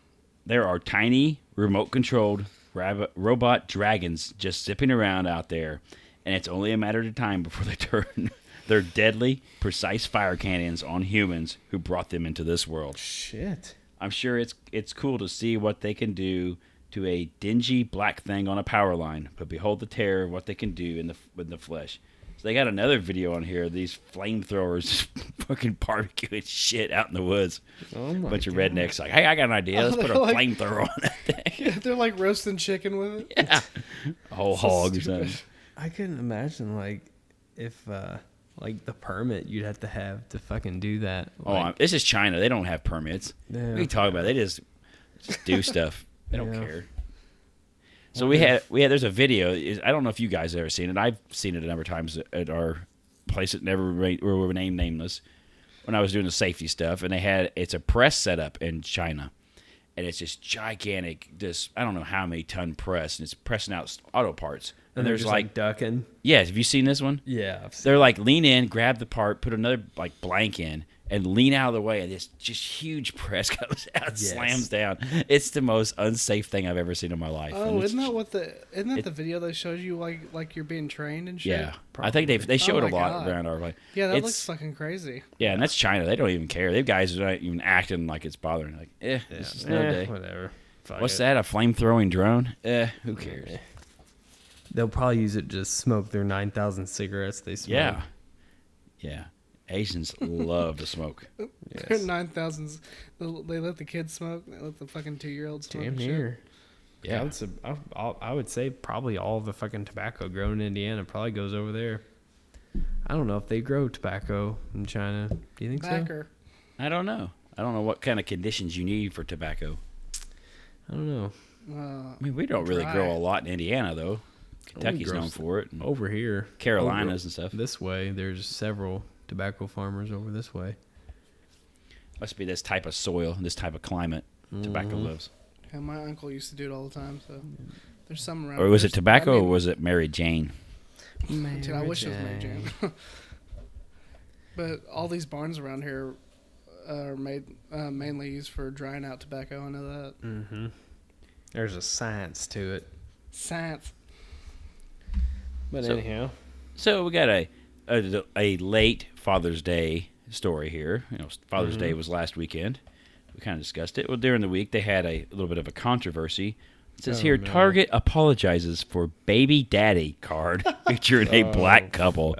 [SPEAKER 2] there are tiny, remote-controlled rab- robot dragons just zipping around out there, and it's only a matter of time before they <laughs> turn their deadly, precise fire cannons on humans who brought them into this world.
[SPEAKER 1] Shit.
[SPEAKER 2] I'm sure it's it's cool to see what they can do to a dingy black thing on a power line, but behold the terror of what they can do in the in the flesh. So they got another video on here. These flamethrowers <laughs> fucking barbecuing shit out in the woods.
[SPEAKER 1] Oh my
[SPEAKER 2] bunch of
[SPEAKER 1] God.
[SPEAKER 2] rednecks like, hey, I got an idea.
[SPEAKER 1] <laughs>
[SPEAKER 2] Let's
[SPEAKER 3] Oh,
[SPEAKER 2] put a
[SPEAKER 3] they're like-
[SPEAKER 2] flamethrower on that thing.
[SPEAKER 3] Yeah, they're like roasting chicken with it.
[SPEAKER 2] A whole hog or something.
[SPEAKER 1] I couldn't imagine like if uh like the permit you'd have to have to fucking do that.
[SPEAKER 2] Oh,
[SPEAKER 1] Like,
[SPEAKER 2] I'm- this is China. They don't have permits.
[SPEAKER 1] Yeah.
[SPEAKER 2] What are you talking about? They just,
[SPEAKER 1] <laughs>
[SPEAKER 2] just do stuff. They don't
[SPEAKER 1] Yeah.
[SPEAKER 2] care. So we had we had there's a video. Is- I don't know if you guys have ever seen it. I've seen it a number of times at our place that never remained, we were named nameless when I was doing the safety stuff, and they had it's a press setup in China, and it's this gigantic, this I don't know how many ton press, and it's pressing out s- auto parts. And,
[SPEAKER 1] and they're
[SPEAKER 2] there's
[SPEAKER 1] just
[SPEAKER 2] like,
[SPEAKER 1] like ducking.
[SPEAKER 2] yes, have you seen this one?
[SPEAKER 1] Yeah. I've seen-
[SPEAKER 2] they're like lean in, grab the part, put another like blank in, and lean out of the way, and this just huge <laughs> press comes out,
[SPEAKER 1] Yes.
[SPEAKER 2] slams down. It's the most unsafe thing I've ever seen in my life. and
[SPEAKER 3] Oh,
[SPEAKER 2] it's-
[SPEAKER 3] isn't that what the isn't that
[SPEAKER 2] it-
[SPEAKER 3] the video that shows you like like you're being trained and shit?
[SPEAKER 2] yeah, I think they they show
[SPEAKER 3] Oh
[SPEAKER 2] it a
[SPEAKER 3] my
[SPEAKER 2] lot
[SPEAKER 3] God.
[SPEAKER 2] around our way.
[SPEAKER 3] Yeah, that
[SPEAKER 2] It's-
[SPEAKER 3] looks fucking crazy.
[SPEAKER 2] yeah, and that's China. They don't even care. They guys are not even acting like it's bothering. Like, eh, this is no
[SPEAKER 1] Eh,
[SPEAKER 2] day.
[SPEAKER 1] Whatever. Fuck
[SPEAKER 2] What's
[SPEAKER 1] it.
[SPEAKER 2] that? A flame throwing drone? Eh, who cares?
[SPEAKER 1] They'll probably use it to just smoke their nine thousand cigarettes they smoke.
[SPEAKER 2] Yeah, yeah. Asians love to
[SPEAKER 3] <laughs>
[SPEAKER 2] smoke.
[SPEAKER 1] Yes.
[SPEAKER 3] Nine thousands. They let the kids smoke. They let the fucking two year olds smoke.
[SPEAKER 1] Damn
[SPEAKER 3] and shit.
[SPEAKER 1] near. I
[SPEAKER 2] Yeah,
[SPEAKER 1] would, sub- I, I'll- I would say probably all the fucking tobacco grown in Indiana probably goes over there. I don't know if they grow tobacco in China. Do you think so?
[SPEAKER 3] Backer.
[SPEAKER 2] I don't know. I don't know what kind of conditions you need for tobacco.
[SPEAKER 1] I don't know.
[SPEAKER 3] Uh,
[SPEAKER 2] I mean, we don't really
[SPEAKER 3] Dry. Oh,
[SPEAKER 2] grow a lot in Indiana, though. Kentucky's
[SPEAKER 1] grow
[SPEAKER 2] known
[SPEAKER 1] some-
[SPEAKER 2] for it. and
[SPEAKER 1] Over here,
[SPEAKER 2] Hmm.
[SPEAKER 3] oh,
[SPEAKER 2] Carolinas and stuff.
[SPEAKER 1] over this way, there's several tobacco farmers over this way.
[SPEAKER 2] Must be this type of soil, and this type of climate. Tobacco
[SPEAKER 3] Mm-hmm.
[SPEAKER 2] loves.
[SPEAKER 3] yeah, my uncle used to do it all the time. So there's some around.
[SPEAKER 2] Or was it
[SPEAKER 3] There's- I
[SPEAKER 2] tobacco
[SPEAKER 3] mean,
[SPEAKER 2] or was it Mary Jane?
[SPEAKER 3] Dude, I wish it was Mary Jane. <laughs> but all these barns around here are made uh, mainly used for drying out tobacco. I know that
[SPEAKER 1] Mm-hmm. There's a science to it.
[SPEAKER 3] science.
[SPEAKER 1] But
[SPEAKER 2] So-
[SPEAKER 1] anyhow,
[SPEAKER 2] So we got a, a a late Father's Day story here. You know, Father's Day
[SPEAKER 1] Mm-hmm.
[SPEAKER 2] was last weekend. We kind of discussed it. Well, during the week they had a little bit of a controversy. It says
[SPEAKER 1] Oh,
[SPEAKER 2] here,
[SPEAKER 1] no.
[SPEAKER 2] Target apologizes for baby daddy
[SPEAKER 1] <laughs>
[SPEAKER 2] card featuring a black couple.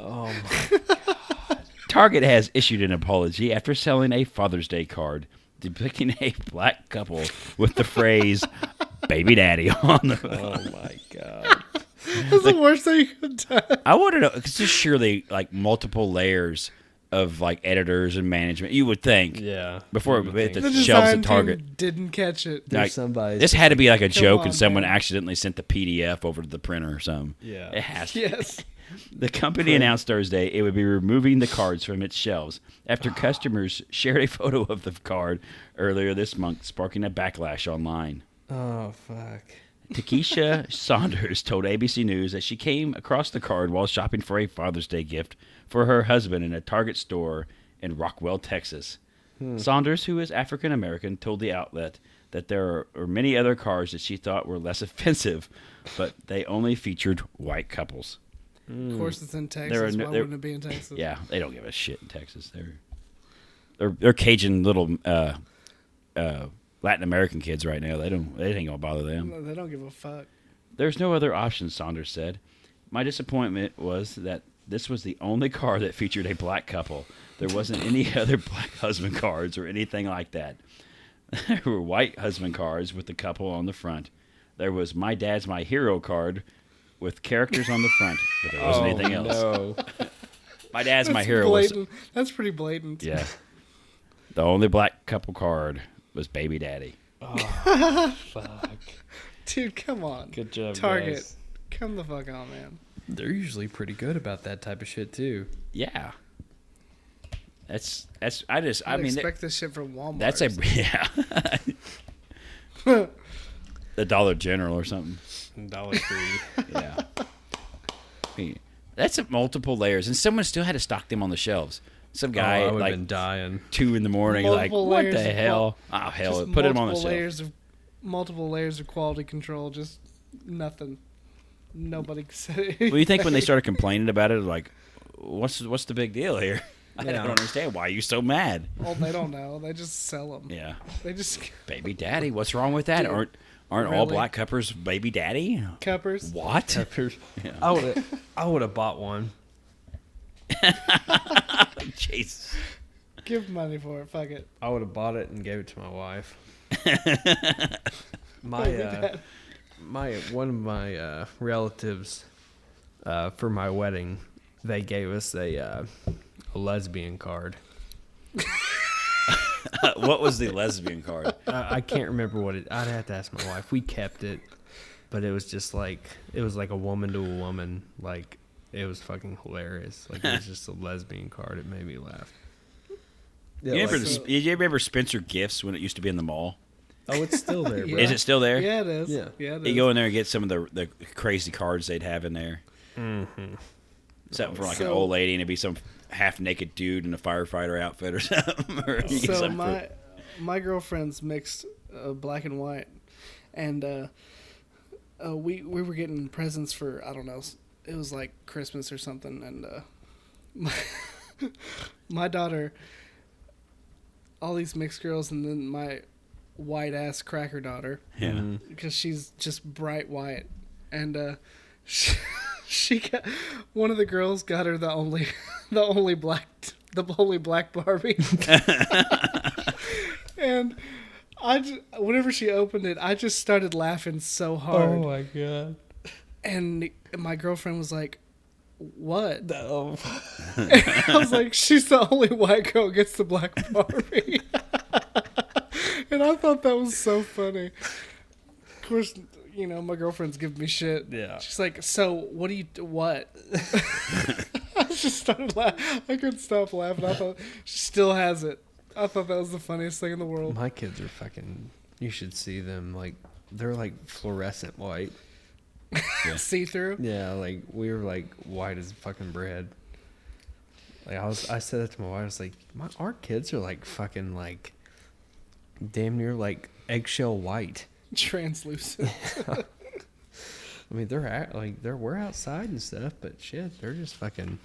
[SPEAKER 1] oh my, <laughs>
[SPEAKER 2] Target has issued an apology after selling a Father's Day card depicting a black couple with
[SPEAKER 1] <laughs>
[SPEAKER 2] the phrase "baby daddy" on the.
[SPEAKER 1] oh my god!
[SPEAKER 3] <laughs> That's the worst thing you could do.
[SPEAKER 2] I want to know because there's surely like multiple layers of like editors and management. You would think
[SPEAKER 1] Yeah.
[SPEAKER 2] before
[SPEAKER 1] You
[SPEAKER 2] it
[SPEAKER 1] would
[SPEAKER 2] hit
[SPEAKER 1] think
[SPEAKER 2] the shelves at
[SPEAKER 3] team
[SPEAKER 2] Target.
[SPEAKER 3] didn't catch it.
[SPEAKER 1] there's
[SPEAKER 2] like,
[SPEAKER 1] somebody's-
[SPEAKER 2] This had to be like a joke,
[SPEAKER 3] on,
[SPEAKER 2] and someone
[SPEAKER 3] man.
[SPEAKER 2] accidentally sent the PDF over to the printer or something.
[SPEAKER 1] Yeah.
[SPEAKER 2] it has. to
[SPEAKER 3] <laughs> Yes.
[SPEAKER 2] The company announced Thursday it would be removing the cards from its shelves
[SPEAKER 1] <sighs>
[SPEAKER 2] after customers shared a photo of the card earlier this month, sparking a backlash online.
[SPEAKER 1] Oh fuck!
[SPEAKER 2] Takesha Saunders told ABC News that she came across the card while shopping for a Father's Day gift for her husband in a Target store in Rockwell, Texas. Saunders, who is African American, told the outlet that there are many other cards that she thought were less <laughs> offensive, but they only featured white couples.
[SPEAKER 3] Of course, it's in Texas.
[SPEAKER 2] Hmm. There are no-
[SPEAKER 3] Why
[SPEAKER 2] there-
[SPEAKER 3] wouldn't it be in Texas?
[SPEAKER 2] Yeah, they don't give a shit in Texas. They're they're, they're Cajun little uh, uh, Latin American kids right now. They don't. They ain't gonna bother them.
[SPEAKER 3] No, They don't give a fuck.
[SPEAKER 2] There's no other option, Saunders said. My disappointment was that this was the only car that featured a black couple. There wasn't any <laughs> other black husband cards or anything like that. <laughs> There were white husband cards with the couple on the front. There was my dad's my hero card with characters on the front, but there wasn't anything else.
[SPEAKER 1] Oh, No.
[SPEAKER 2] My dad's my hero was
[SPEAKER 3] blatant. That's pretty blatant.
[SPEAKER 2] Yeah. the only black couple card was Baby Daddy.
[SPEAKER 1] fuck.
[SPEAKER 3] <laughs> Dude, come on.
[SPEAKER 1] Good job,
[SPEAKER 3] Target.
[SPEAKER 1] guys.
[SPEAKER 3] Come the fuck on, man.
[SPEAKER 1] They're usually pretty good about that type of shit too.
[SPEAKER 2] Yeah. That's that's I just
[SPEAKER 3] I
[SPEAKER 2] I mean <laughs>
[SPEAKER 3] expect this shit from Walmart.
[SPEAKER 2] that's a yeah. a Dollar General or something.
[SPEAKER 1] Dollar <laughs> Tree.
[SPEAKER 2] <laughs> Yeah. I mean, That's at multiple layers, and someone still had to stock them on the shelves. Some guy
[SPEAKER 1] oh, I
[SPEAKER 2] at
[SPEAKER 1] would
[SPEAKER 2] like
[SPEAKER 1] have been dying.
[SPEAKER 2] two in the morning,
[SPEAKER 3] Multiple
[SPEAKER 2] like what
[SPEAKER 3] layers
[SPEAKER 2] the
[SPEAKER 3] of
[SPEAKER 2] hell?
[SPEAKER 3] pulp.
[SPEAKER 2] Oh hell,
[SPEAKER 3] Just
[SPEAKER 2] put them on the
[SPEAKER 3] multiple
[SPEAKER 2] shelf.
[SPEAKER 3] layers of multiple layers of quality control. Just nothing. Nobody <laughs> said.
[SPEAKER 2] Well, you think when they
[SPEAKER 3] <laughs>
[SPEAKER 2] started complaining about it, like, what's what's the big deal here? <laughs> I
[SPEAKER 1] Yeah.
[SPEAKER 2] don't understand why you're so mad.
[SPEAKER 3] well, they don't know. They just sell them.
[SPEAKER 2] Yeah,
[SPEAKER 3] They just <laughs>
[SPEAKER 2] baby daddy, what's wrong with that?
[SPEAKER 3] Dude,
[SPEAKER 2] aren't aren't all
[SPEAKER 3] really?
[SPEAKER 2] black cuppers baby daddy?
[SPEAKER 3] cuppers.
[SPEAKER 2] What?
[SPEAKER 1] I would have. I would have bought one.
[SPEAKER 2] <laughs> Jesus.
[SPEAKER 3] Give money for it. Fuck it.
[SPEAKER 1] I would have bought it and gave it to my wife. my
[SPEAKER 3] Baby
[SPEAKER 1] uh,
[SPEAKER 3] daddy.
[SPEAKER 1] my one of my uh, relatives uh, for my wedding, they gave us a uh, a lesbian card.
[SPEAKER 2] <laughs> what was the lesbian
[SPEAKER 3] <laughs>
[SPEAKER 2] card?
[SPEAKER 1] uh, I can't remember what it. I'd have to ask my wife. We kept it, but it was just like it was like a woman to a woman. Like it was fucking hilarious. Like it was just a lesbian card. It made me laugh. Yeah,
[SPEAKER 2] you,
[SPEAKER 1] like-
[SPEAKER 2] ever,
[SPEAKER 3] so-
[SPEAKER 2] did you ever Spencer Gifts when it used to be in the mall?
[SPEAKER 1] oh, it's still
[SPEAKER 2] <laughs>
[SPEAKER 1] there. Bro.
[SPEAKER 2] Is it still there?
[SPEAKER 3] Yeah, it is.
[SPEAKER 1] Yeah.
[SPEAKER 3] Yeah, yeah it
[SPEAKER 2] You
[SPEAKER 3] is.
[SPEAKER 2] go in there and get some of the the crazy cards they'd have in there. Mm-hmm. Something for like an
[SPEAKER 3] So-
[SPEAKER 2] old lady, and it'd be some half naked dude in a firefighter outfit or <laughs> something. or you get
[SPEAKER 3] so
[SPEAKER 2] something for-
[SPEAKER 3] my my girlfriend's mixed uh, black and white, and uh, uh, we we were getting presents for I don't know s- it was like Christmas or something, and uh, <laughs> my my daughter, all these mixed girls, and then my white ass cracker daughter
[SPEAKER 2] yeah.
[SPEAKER 3] because she's just bright white, and uh, <laughs> she, she got one of the girls got her the only <laughs> the only black the only black Barbie, <laughs> and I ju- whenever she opened it, I just started laughing so hard,
[SPEAKER 1] Oh my god.
[SPEAKER 3] and my girlfriend was like, "What?" <laughs>
[SPEAKER 1] No.
[SPEAKER 3] I was like, she's the only white girl who gets the black Barbie. <laughs> and I thought that was so funny. Of course, you know, my girlfriend's giving me shit.
[SPEAKER 1] Yeah.
[SPEAKER 3] She's like, so what do you, what? <laughs> I just started laughing. I couldn't stop laughing. I thought, she still has it. I thought that was the funniest thing in the world.
[SPEAKER 1] My kids are fucking. You should see them. Like they're like fluorescent white.
[SPEAKER 3] See through?
[SPEAKER 1] Yeah, like we were like white as fucking bread. Like I was, I said that to my wife. I was like, my our kids are like fucking like, damn near like eggshell white.
[SPEAKER 3] Translucent. <laughs>
[SPEAKER 1] I mean, they're at, like they're we're outside and stuff, but shit, they're just fucking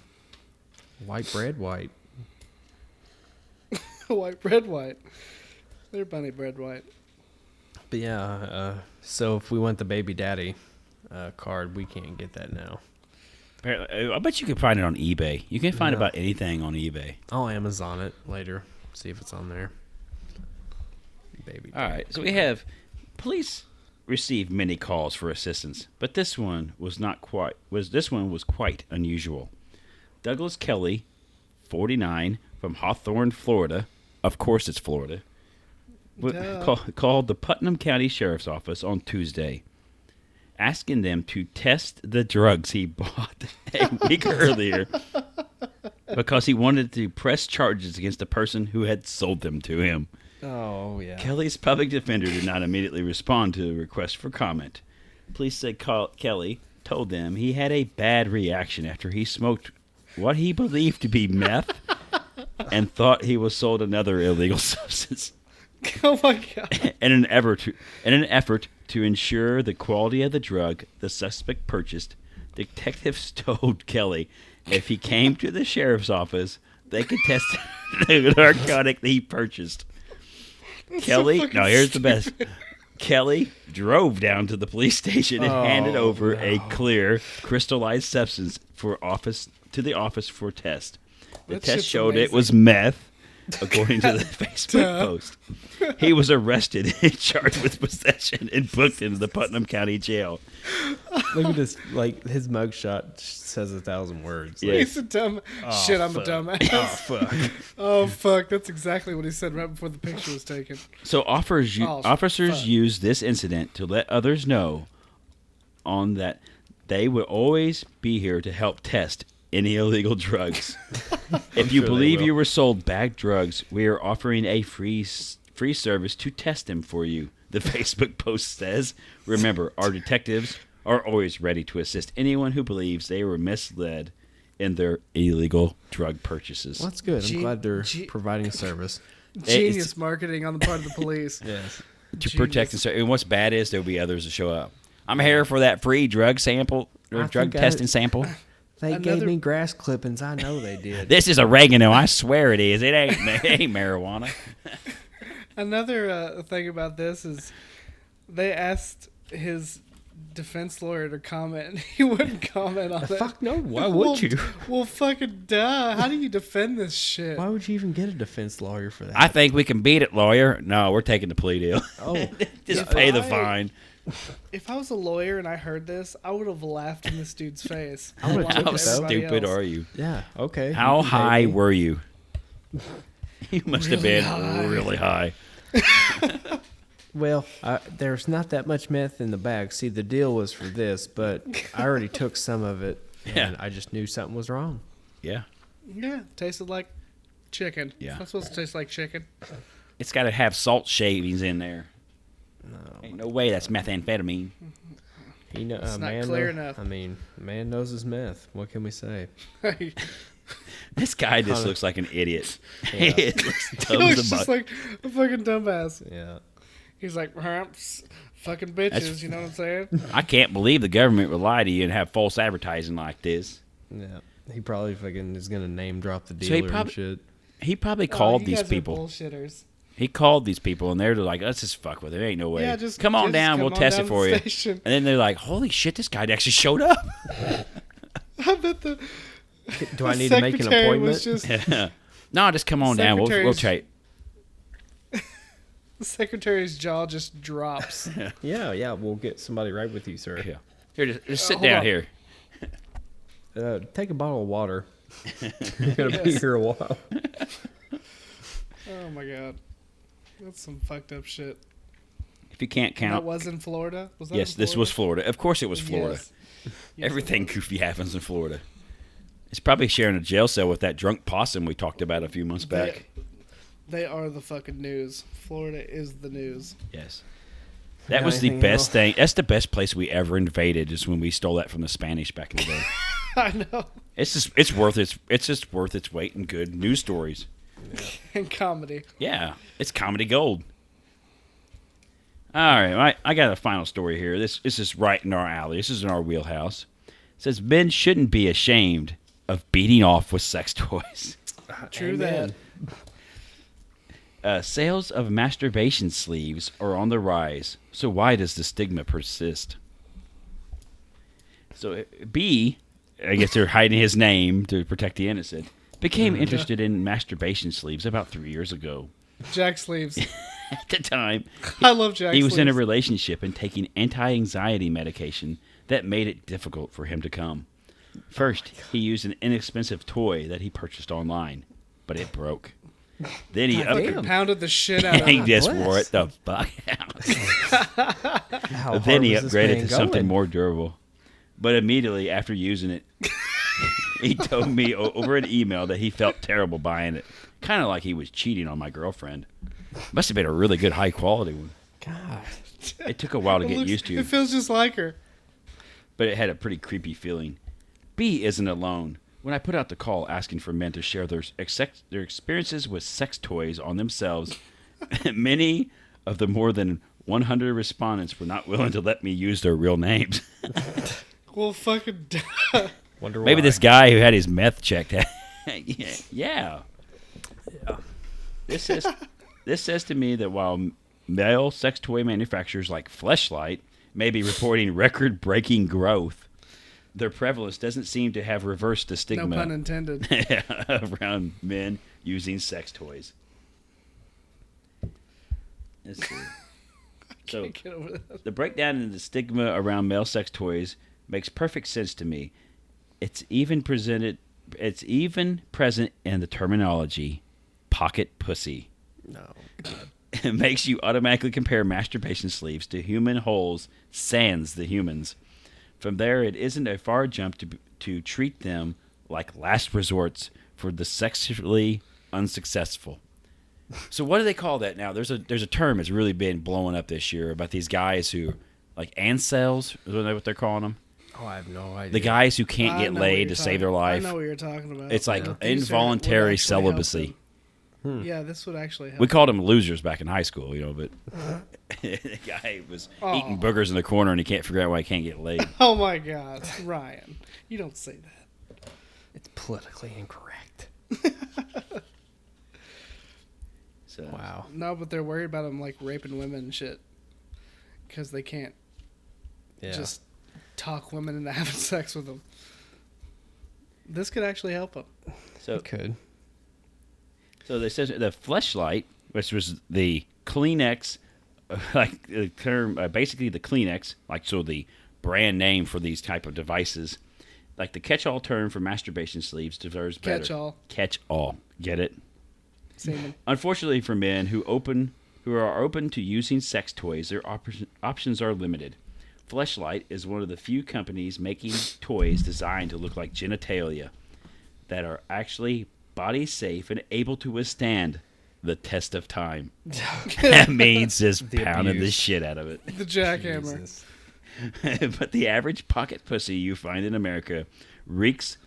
[SPEAKER 1] white bread white.
[SPEAKER 3] white, red, white. They're bunny bread white. <laughs>
[SPEAKER 1] But yeah, uh, so if we want the baby daddy uh, card, we can't get that now.
[SPEAKER 2] Apparently, I bet you could find it on eBay. You can find
[SPEAKER 1] Yeah.
[SPEAKER 2] about anything on eBay.
[SPEAKER 1] I'll Amazon it later, see if it's on there. Baby.
[SPEAKER 2] All right, so we have police received many calls for assistance, but this one was not quite was this one was quite unusual. Douglas Kelly, 49, from Hawthorne, Florida. Of course, it's Florida. wa- <laughs>
[SPEAKER 3] Duh.
[SPEAKER 2] Call, called the Putnam County Sheriff's Office on Tuesday, asking them to test the drugs he <laughs> bought a week earlier because he wanted to press charges against the person who had sold them to him.
[SPEAKER 1] Oh yeah.
[SPEAKER 2] Kelly's public defender did not immediately respond to the request for comment. Police said Col- Kelly told them he had a bad reaction after he smoked what he believed to be meth and thought he was sold another illegal <laughs> substance
[SPEAKER 3] oh my God.
[SPEAKER 2] <laughs> in an effort to, in an effort to ensure the quality of the drug the suspect purchased, detectives told Kelly if he came to the sheriff's office, they could test <laughs> the narcotic he purchased. Kelly,
[SPEAKER 3] fucking
[SPEAKER 2] now here's the best. Kelly drove down to the police station and handed
[SPEAKER 1] Oh,
[SPEAKER 2] over a
[SPEAKER 1] no.
[SPEAKER 2] clear crystallized substance for office to the office for test. The
[SPEAKER 3] That
[SPEAKER 2] test
[SPEAKER 3] shit's
[SPEAKER 2] showed it
[SPEAKER 3] amazing.
[SPEAKER 2] was
[SPEAKER 3] <laughs>
[SPEAKER 2] meth, according to the Facebook
[SPEAKER 3] Duh.
[SPEAKER 2] post. He was arrested <laughs> and charged with possession and booked into the Putnam County Jail.
[SPEAKER 1] Look at this. Like his mugshot says a thousand words.
[SPEAKER 2] Yeah.
[SPEAKER 3] He's a dumb. shit, I'm
[SPEAKER 1] fuck.
[SPEAKER 3] a dumbass.
[SPEAKER 1] Oh fuck.
[SPEAKER 3] Oh fuck, that's exactly what he said right before the picture was taken.
[SPEAKER 2] So offers you,
[SPEAKER 3] Oh,
[SPEAKER 2] officers
[SPEAKER 3] fuck.
[SPEAKER 2] use this incident to let others know on that they will always be here to help test any
[SPEAKER 1] <laughs>
[SPEAKER 2] illegal drugs. if
[SPEAKER 1] sure
[SPEAKER 2] you
[SPEAKER 1] they
[SPEAKER 2] believe
[SPEAKER 1] will.
[SPEAKER 2] you were sold bad drugs, we are offering a free s- free service to test them for you. The <laughs> Facebook post says, "Remember, our detectives are always ready to assist anyone who believes they were misled in their illegal drug purchases."
[SPEAKER 1] Well, that's good. I'm
[SPEAKER 3] Gee-
[SPEAKER 1] glad they're
[SPEAKER 3] gee-
[SPEAKER 1] providing service.
[SPEAKER 2] it's-
[SPEAKER 3] Genius marketing on the part of
[SPEAKER 1] <laughs>
[SPEAKER 3] the police.
[SPEAKER 1] Yes.
[SPEAKER 2] to protect and
[SPEAKER 3] Genius.
[SPEAKER 2] serve. And what's bad is there'll be others that show up. I'm here for that free drug sample or
[SPEAKER 1] I
[SPEAKER 2] drug
[SPEAKER 1] think I-
[SPEAKER 2] testing sample.
[SPEAKER 1] They gave
[SPEAKER 3] Another-
[SPEAKER 1] me grass clippings. I know they did.
[SPEAKER 2] This is oregano. I swear it is. It ain't. It ain't marijuana.
[SPEAKER 3] Another uh, thing about this is they asked his defense lawyer to comment. <laughs> He wouldn't comment on it.
[SPEAKER 1] Fuck no. Why
[SPEAKER 3] well,
[SPEAKER 1] would you?
[SPEAKER 3] Well, fucking duh. How do you defend this shit?
[SPEAKER 1] Why would you even get a defense lawyer for that?
[SPEAKER 2] I think we can beat it, lawyer. No, we're taking the plea deal. <laughs>
[SPEAKER 1] oh,
[SPEAKER 2] Just
[SPEAKER 3] If
[SPEAKER 2] pay the
[SPEAKER 3] I-
[SPEAKER 2] fine.
[SPEAKER 3] If I was a lawyer and I heard this, I would have laughed in this dude's face.
[SPEAKER 1] I would've
[SPEAKER 3] Like
[SPEAKER 1] took it.
[SPEAKER 2] How
[SPEAKER 1] Everybody
[SPEAKER 2] stupid
[SPEAKER 3] else.
[SPEAKER 2] are you?
[SPEAKER 1] yeah. Okay.
[SPEAKER 2] How
[SPEAKER 1] you can pay
[SPEAKER 2] high
[SPEAKER 1] me.
[SPEAKER 2] were you? <laughs> You must have
[SPEAKER 3] Really
[SPEAKER 2] been
[SPEAKER 3] high.
[SPEAKER 2] really high.
[SPEAKER 1] Well, I, there's not that much meth in the bag. See, the deal was for this, but I already took some of it, and
[SPEAKER 2] Yeah.
[SPEAKER 1] I just knew something was wrong.
[SPEAKER 2] Yeah,
[SPEAKER 3] Yeah, tasted like chicken.
[SPEAKER 2] Yeah.
[SPEAKER 3] It's not supposed to taste like chicken. <laughs>
[SPEAKER 2] it's got to have salt shavings in there. Ain't no way that's methamphetamine.
[SPEAKER 1] He know,
[SPEAKER 3] It's
[SPEAKER 1] a
[SPEAKER 3] not
[SPEAKER 1] man
[SPEAKER 3] clear
[SPEAKER 1] know-
[SPEAKER 3] enough.
[SPEAKER 1] I mean, a man knows his meth. What can we say?
[SPEAKER 3] he
[SPEAKER 2] This guy just
[SPEAKER 1] Kinda.
[SPEAKER 2] looks like an idiot.
[SPEAKER 1] Yeah.
[SPEAKER 2] <laughs> He looks
[SPEAKER 3] <laughs>
[SPEAKER 2] dumb as
[SPEAKER 3] was
[SPEAKER 2] a
[SPEAKER 3] just
[SPEAKER 2] mug.
[SPEAKER 3] like a fucking dumbass.
[SPEAKER 1] Yeah.
[SPEAKER 3] He's like, "Humps, fucking bitches,
[SPEAKER 2] That's-
[SPEAKER 3] you know what
[SPEAKER 2] <laughs>
[SPEAKER 3] I'm saying? Oh,
[SPEAKER 2] I can't believe the government would lie to you and have false advertising like this.
[SPEAKER 1] Yeah. He probably fucking is gonna name drop the
[SPEAKER 2] So he
[SPEAKER 1] dealer and <laughs>
[SPEAKER 2] probably-
[SPEAKER 1] shit.
[SPEAKER 2] He probably
[SPEAKER 3] Oh,
[SPEAKER 2] called
[SPEAKER 3] you
[SPEAKER 2] these
[SPEAKER 3] guys are
[SPEAKER 2] people.
[SPEAKER 3] bullshitters. <laughs>
[SPEAKER 2] He called these people, and they're like, "Let's just fuck with it. Ain't no way.
[SPEAKER 3] Yeah, just-
[SPEAKER 2] come on
[SPEAKER 3] just
[SPEAKER 2] down.
[SPEAKER 3] come
[SPEAKER 2] we'll
[SPEAKER 3] on
[SPEAKER 2] test
[SPEAKER 3] down
[SPEAKER 2] it
[SPEAKER 3] to
[SPEAKER 2] for
[SPEAKER 3] the
[SPEAKER 2] you."
[SPEAKER 3] station.
[SPEAKER 2] And then they're like, "Holy shit! This guy actually showed up." <laughs>
[SPEAKER 3] I bet the,
[SPEAKER 1] Do I
[SPEAKER 3] the
[SPEAKER 1] need to make an
[SPEAKER 3] secretary
[SPEAKER 1] appointment?
[SPEAKER 3] Was just,
[SPEAKER 2] <laughs> no, just come on down. We'll, we'll
[SPEAKER 3] Secretaries-
[SPEAKER 2] try.
[SPEAKER 3] the secretary's jaw
[SPEAKER 2] <laughs>
[SPEAKER 3] just drops.
[SPEAKER 1] yeah, yeah. We'll get somebody right with you, sir.
[SPEAKER 2] Yeah. Here, just, just
[SPEAKER 3] Uh,
[SPEAKER 2] sit
[SPEAKER 3] hold
[SPEAKER 2] down
[SPEAKER 3] on.
[SPEAKER 2] here.
[SPEAKER 1] Uh, take a bottle of
[SPEAKER 2] <laughs>
[SPEAKER 1] water. You're gonna be
[SPEAKER 3] Yes.
[SPEAKER 1] here a while.
[SPEAKER 3] oh my god, that's some fucked up shit.
[SPEAKER 2] If you can't
[SPEAKER 3] That
[SPEAKER 2] count,
[SPEAKER 3] was in Florida. Was that
[SPEAKER 2] yes,
[SPEAKER 3] in
[SPEAKER 2] this was Florida. Of course, it was Florida.
[SPEAKER 3] Yes. Yes, it
[SPEAKER 2] Everything <laughs> goofy happens in Florida. It's probably sharing a jail cell with that drunk possum we talked about a few months
[SPEAKER 3] They-
[SPEAKER 2] back.
[SPEAKER 3] They, are the fucking news. Florida is the news. <laughs>
[SPEAKER 2] Yes. That
[SPEAKER 1] Got
[SPEAKER 2] was the
[SPEAKER 1] anything
[SPEAKER 2] best
[SPEAKER 1] else?
[SPEAKER 2] thing. That's the best place we ever invaded. Is when we stole that from the Spanish back in the
[SPEAKER 1] <laughs>
[SPEAKER 2] day.
[SPEAKER 3] I know.
[SPEAKER 2] it's just it's worth its it's just worth its weight in good news stories.
[SPEAKER 3] And comedy.
[SPEAKER 2] Yeah, it's comedy gold. All right, I, I got a final story here. This this is right in our alley. This is in our wheelhouse. It says men shouldn't be ashamed of beating off with sex <laughs> toys.
[SPEAKER 3] True
[SPEAKER 1] Amen.
[SPEAKER 3] that.
[SPEAKER 2] Uh, sales of masturbation sleeves are on the rise. So why does the stigma persist? So uh, B, I guess they're hiding his name to protect the innocent. Became interested in masturbation sleeves about three years ago. <laughs>
[SPEAKER 3] Jack sleeves. <laughs>
[SPEAKER 2] At the time,
[SPEAKER 3] I love Jack.
[SPEAKER 2] he was in a
[SPEAKER 3] sleeves.
[SPEAKER 2] relationship and taking anti-anxiety medication that made it difficult for him to come. First, he used an inexpensive toy that he purchased online, but it broke. Then he
[SPEAKER 1] God
[SPEAKER 2] up-
[SPEAKER 1] damn.
[SPEAKER 3] pounded the shit out of
[SPEAKER 2] he
[SPEAKER 3] him.
[SPEAKER 2] just
[SPEAKER 1] bless.
[SPEAKER 2] wore it the fuck out.
[SPEAKER 1] How
[SPEAKER 2] But
[SPEAKER 1] hard
[SPEAKER 2] then he
[SPEAKER 1] was this
[SPEAKER 2] upgraded
[SPEAKER 1] man
[SPEAKER 2] to something
[SPEAKER 1] going?
[SPEAKER 2] more durable. But immediately after using it, <laughs> he told me o- over an email that he felt terrible buying it, kind of like he was cheating on my girlfriend. Must have been a really good high quality one.
[SPEAKER 1] God.
[SPEAKER 2] It took a while to
[SPEAKER 3] It
[SPEAKER 2] get
[SPEAKER 3] looks-
[SPEAKER 2] used to.
[SPEAKER 3] It feels just like her.
[SPEAKER 2] but it had a pretty creepy feeling. B isn't alone. When I put out the call asking for men to share their ex- their experiences with sex toys on themselves, <laughs> many of the more than 100 respondents were not willing to let me use their real names. <laughs>
[SPEAKER 3] Well, fucking <laughs> duh.
[SPEAKER 1] Wonder why.
[SPEAKER 2] Maybe this guy who had his meth checked. <laughs> had- yeah. yeah. This says this says to me that while male sex toy manufacturers like Fleshlight may be reporting record-breaking growth, their prevalence doesn't seem to have reversed the
[SPEAKER 3] No
[SPEAKER 2] stigma <laughs>
[SPEAKER 3] pun intended. <laughs>
[SPEAKER 2] around men using sex toys. Let's
[SPEAKER 3] <laughs>
[SPEAKER 2] see. So,
[SPEAKER 3] Can't get over that.
[SPEAKER 2] the breakdown in the stigma around male sex toys makes perfect sense to me. It's even presented it's even present in the terminology pocket pussy.
[SPEAKER 1] No.
[SPEAKER 2] <laughs> It makes you automatically compare masturbation sleeves to human holes sans the humans. From there it isn't a far jump to to treat them like last resorts for the sexually unsuccessful. So what do they call that now? There's a there's a term that's really been blowing up this year about these guys who like ancels, is that what they're calling them?
[SPEAKER 1] Oh, I have no idea.
[SPEAKER 2] The guys who can't
[SPEAKER 3] I
[SPEAKER 2] get
[SPEAKER 3] know what
[SPEAKER 2] laid
[SPEAKER 3] you're
[SPEAKER 2] to save
[SPEAKER 3] talking-
[SPEAKER 2] their life.
[SPEAKER 3] I know what you're talking about.
[SPEAKER 2] It's like
[SPEAKER 3] Yeah. These are- would
[SPEAKER 2] involuntary
[SPEAKER 3] actually help them.
[SPEAKER 2] celibacy.
[SPEAKER 3] Yeah, this would actually help.
[SPEAKER 2] We called them losers back in high school, you know, but <laughs> the guy was eating boogers in the corner and he can't figure out why he can't get laid.
[SPEAKER 3] oh my God, Ryan, you don't say that.
[SPEAKER 1] It's politically incorrect.
[SPEAKER 2] So
[SPEAKER 1] Wow.
[SPEAKER 3] No, but they're worried about them like raping women and shit because they can't
[SPEAKER 1] Yeah.
[SPEAKER 3] just talk women into <laughs> having sex with them. This could actually help them.
[SPEAKER 2] So
[SPEAKER 1] it could.
[SPEAKER 2] So they says the fleshlight, which was the Kleenex, <laughs> uh, like the term, uh, basically the Kleenex, like so the brand name for these type of devices, like the catch-all term for masturbation sleeves deserves better.
[SPEAKER 3] Catch-all.
[SPEAKER 2] Catch-all. Get it?
[SPEAKER 3] Semen.
[SPEAKER 2] Unfortunately, for men who open who are open to using sex toys, their op- options are limited. Fleshlight is one of the few companies making toys designed to look like genitalia that are actually body safe and able to withstand the test of
[SPEAKER 1] <laughs>
[SPEAKER 2] time. that means just
[SPEAKER 1] The
[SPEAKER 2] pounding the
[SPEAKER 1] abuse.
[SPEAKER 2] shit out of it. <laughs>
[SPEAKER 3] The jackhammer.
[SPEAKER 1] Jesus.
[SPEAKER 2] but the average pocket pussy you find in America reeks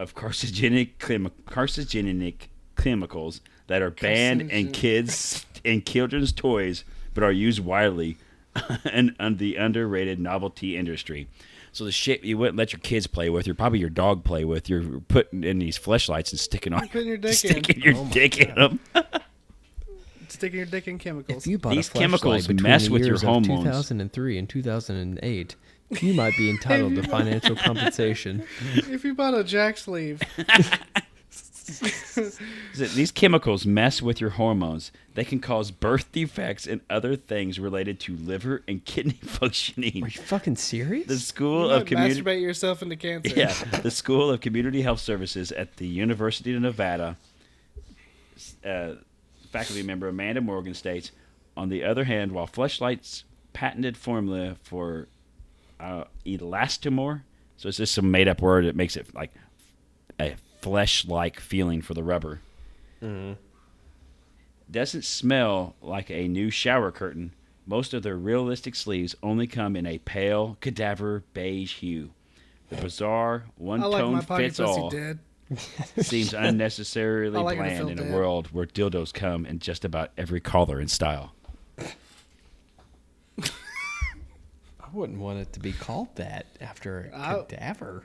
[SPEAKER 2] of carcinogenic chemi- carcinogenic chemicals that are banned in
[SPEAKER 3] Carcinogenic.
[SPEAKER 2] kids <laughs> in children's toys, but are used widely <laughs> in, in the underrated novelty industry. So the shit you wouldn't let your kids play with, or probably your dog play with, you're putting in these fleshlights and sticking on
[SPEAKER 3] Putting your
[SPEAKER 2] <laughs>
[SPEAKER 3] dick in. Oh
[SPEAKER 2] sticking your dick in 'em.
[SPEAKER 3] Sticking your dick in chemicals.
[SPEAKER 1] If you bought
[SPEAKER 2] These
[SPEAKER 1] a fleshlight
[SPEAKER 2] chemicals
[SPEAKER 1] between
[SPEAKER 2] mess
[SPEAKER 1] the
[SPEAKER 2] with your
[SPEAKER 1] years of
[SPEAKER 2] hormones.
[SPEAKER 1] 2003 and 2008, you might be entitled to financial compensation.
[SPEAKER 3] <laughs> if you bought a jack sleeve,
[SPEAKER 2] that These chemicals mess with your hormones. They can cause birth defects and other things related to liver and <laughs> kidney
[SPEAKER 1] Are
[SPEAKER 2] functioning.
[SPEAKER 1] you fucking serious?
[SPEAKER 2] The
[SPEAKER 3] you
[SPEAKER 2] School of
[SPEAKER 3] might
[SPEAKER 2] Community
[SPEAKER 3] masturbate yourself into cancer.
[SPEAKER 2] yeah, the School of Community Health Services at the University of Nevada. Uh, faculty member Amanda Morgan states, on the other hand, while Fleshlight's patented formula for uh, elastomer, so it's just some made-up word that makes it like a flesh-like feeling for the rubber doesn't smell like a new shower curtain. Most of their realistic sleeves only come in a pale, cadaver beige hue. The bizarre one
[SPEAKER 3] I like
[SPEAKER 2] tone
[SPEAKER 3] my pocket
[SPEAKER 2] fits
[SPEAKER 3] pussy
[SPEAKER 2] all
[SPEAKER 3] dead. <laughs>
[SPEAKER 2] seems unnecessarily
[SPEAKER 3] I like it to
[SPEAKER 2] bland
[SPEAKER 3] feel
[SPEAKER 2] in a
[SPEAKER 3] dead.
[SPEAKER 2] world where dildos come in just about every collar and style.
[SPEAKER 1] I wouldn't want it to be called that after
[SPEAKER 3] I-
[SPEAKER 2] Uh,
[SPEAKER 1] a cadaver.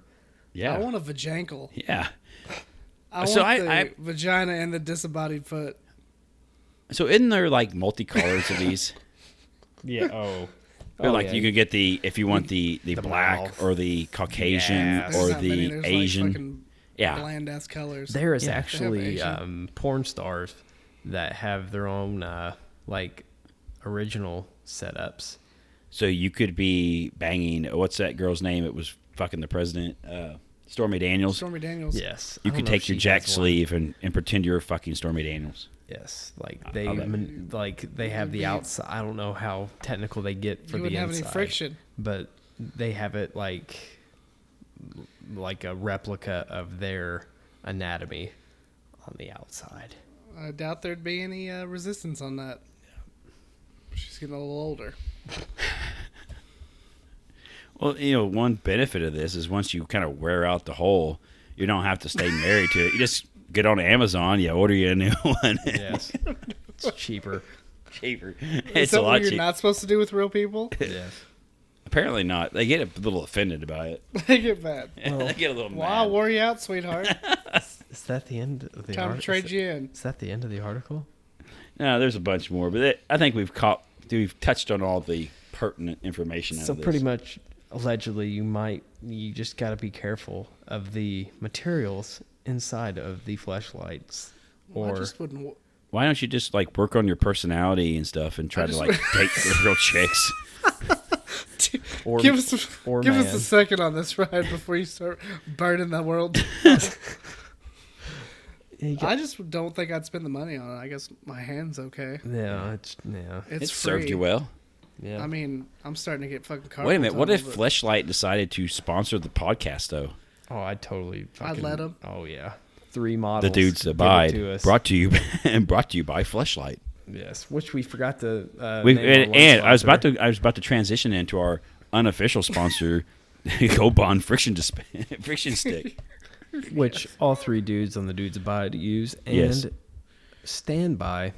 [SPEAKER 2] Yeah.
[SPEAKER 3] I want a vajankle.
[SPEAKER 2] yeah.
[SPEAKER 3] I
[SPEAKER 2] So
[SPEAKER 3] want
[SPEAKER 2] I-
[SPEAKER 3] the
[SPEAKER 2] I-
[SPEAKER 3] vagina and the disembodied foot.
[SPEAKER 2] So isn't there like multicolors
[SPEAKER 3] <laughs>
[SPEAKER 2] of these? <laughs>
[SPEAKER 1] Yeah. Oh.
[SPEAKER 2] like you could get the if you want the the, black
[SPEAKER 1] mouth.
[SPEAKER 2] or the Caucasian
[SPEAKER 1] Yes.
[SPEAKER 3] There's
[SPEAKER 2] or
[SPEAKER 3] not many.
[SPEAKER 2] the
[SPEAKER 3] There's
[SPEAKER 2] Asian.
[SPEAKER 3] Like fucking
[SPEAKER 2] Yeah.
[SPEAKER 3] Bland ass colors.
[SPEAKER 1] There is
[SPEAKER 2] Yeah.
[SPEAKER 1] actually
[SPEAKER 2] uh,
[SPEAKER 3] Asian.
[SPEAKER 1] um, porn stars that have their own uh, like original setups.
[SPEAKER 2] So you could be banging what's that girl's name? It was fucking the president, uh, Stormy Daniels.
[SPEAKER 3] Stormy Daniels.
[SPEAKER 1] Yes.
[SPEAKER 2] you
[SPEAKER 1] I
[SPEAKER 2] could
[SPEAKER 1] don't know if
[SPEAKER 2] take your
[SPEAKER 1] she
[SPEAKER 2] jack
[SPEAKER 1] has one.
[SPEAKER 2] sleeve and, and pretend you're fucking Stormy Daniels.
[SPEAKER 1] Yes, like they
[SPEAKER 2] I love
[SPEAKER 1] man, like they have the outside. I don't know how technical they get for
[SPEAKER 3] You
[SPEAKER 1] the
[SPEAKER 3] wouldn't have any
[SPEAKER 1] inside,
[SPEAKER 3] friction.
[SPEAKER 1] but they have it like like a replica of their anatomy on the outside.
[SPEAKER 3] I doubt there'd be any uh, resistance on that. She's getting a little older.
[SPEAKER 2] Well, you know, one benefit of this is once you kind of wear out the hole, you don't have to <laughs> stay married to it. You just get on Amazon, you order you a new <laughs> one.
[SPEAKER 1] Yes, <laughs> it's cheaper.
[SPEAKER 2] cheaper.
[SPEAKER 3] Is
[SPEAKER 2] It's
[SPEAKER 3] that
[SPEAKER 2] a
[SPEAKER 3] what
[SPEAKER 2] lot
[SPEAKER 3] you're
[SPEAKER 2] cheaper.
[SPEAKER 3] not supposed to do with
[SPEAKER 2] <laughs>
[SPEAKER 3] real people?
[SPEAKER 1] Yes.
[SPEAKER 2] Apparently not. They get a little offended by it.
[SPEAKER 3] they get mad.
[SPEAKER 2] <laughs> they get a little
[SPEAKER 3] Wow,
[SPEAKER 2] mad.
[SPEAKER 3] wore you out,
[SPEAKER 2] <laughs>
[SPEAKER 3] sweetheart.
[SPEAKER 1] Is that the end of the
[SPEAKER 3] Time to
[SPEAKER 1] article?
[SPEAKER 3] trade you in.
[SPEAKER 1] Is that the end of the article?
[SPEAKER 2] No, there's a bunch more, but it, I think we've caught, we've touched on all the pertinent information. out
[SPEAKER 1] So
[SPEAKER 2] of this.
[SPEAKER 1] pretty much, allegedly, you might you just got to be careful of the materials inside of the flashlights. Or
[SPEAKER 3] I just wouldn't. wa- <laughs>
[SPEAKER 2] Why don't you just like work on your personality and stuff and try to
[SPEAKER 3] just- <laughs>
[SPEAKER 2] like date real <laughs> chicks?
[SPEAKER 1] Or-
[SPEAKER 2] <laughs>
[SPEAKER 3] give us a,
[SPEAKER 1] or
[SPEAKER 3] give us
[SPEAKER 1] man.
[SPEAKER 3] a second on this ride before you start burning
[SPEAKER 2] <laughs>
[SPEAKER 3] the world. <laughs>
[SPEAKER 1] You
[SPEAKER 3] I just don't think I'd spend the money on it. I guess my hand's okay.
[SPEAKER 1] Yeah, it's yeah,
[SPEAKER 3] It's
[SPEAKER 2] it served
[SPEAKER 3] free.
[SPEAKER 2] you well.
[SPEAKER 1] yeah.
[SPEAKER 3] I mean, I'm starting to get fucking.
[SPEAKER 2] Wait a minute.
[SPEAKER 3] carpal
[SPEAKER 2] What
[SPEAKER 3] tunnel,
[SPEAKER 2] if
[SPEAKER 3] but
[SPEAKER 2] Fleshlight decided to sponsor the podcast though?
[SPEAKER 1] oh, I totally. Fucking,
[SPEAKER 3] let 'em.
[SPEAKER 1] Oh yeah, three models.
[SPEAKER 2] The dudes
[SPEAKER 1] give it
[SPEAKER 2] abide.
[SPEAKER 1] to us.
[SPEAKER 2] brought to you <laughs> and brought to you by Fleshlight.
[SPEAKER 1] yes, which we forgot to. Uh,
[SPEAKER 2] We,
[SPEAKER 1] name our
[SPEAKER 2] and
[SPEAKER 1] one
[SPEAKER 2] and I was
[SPEAKER 1] sponsor.
[SPEAKER 2] about to I was about to transition into our unofficial sponsor, <laughs> Gobon friction disp- <laughs> friction <laughs> stick.
[SPEAKER 1] which all three dudes on the dudes abide use and
[SPEAKER 2] Yes.
[SPEAKER 1] stand by.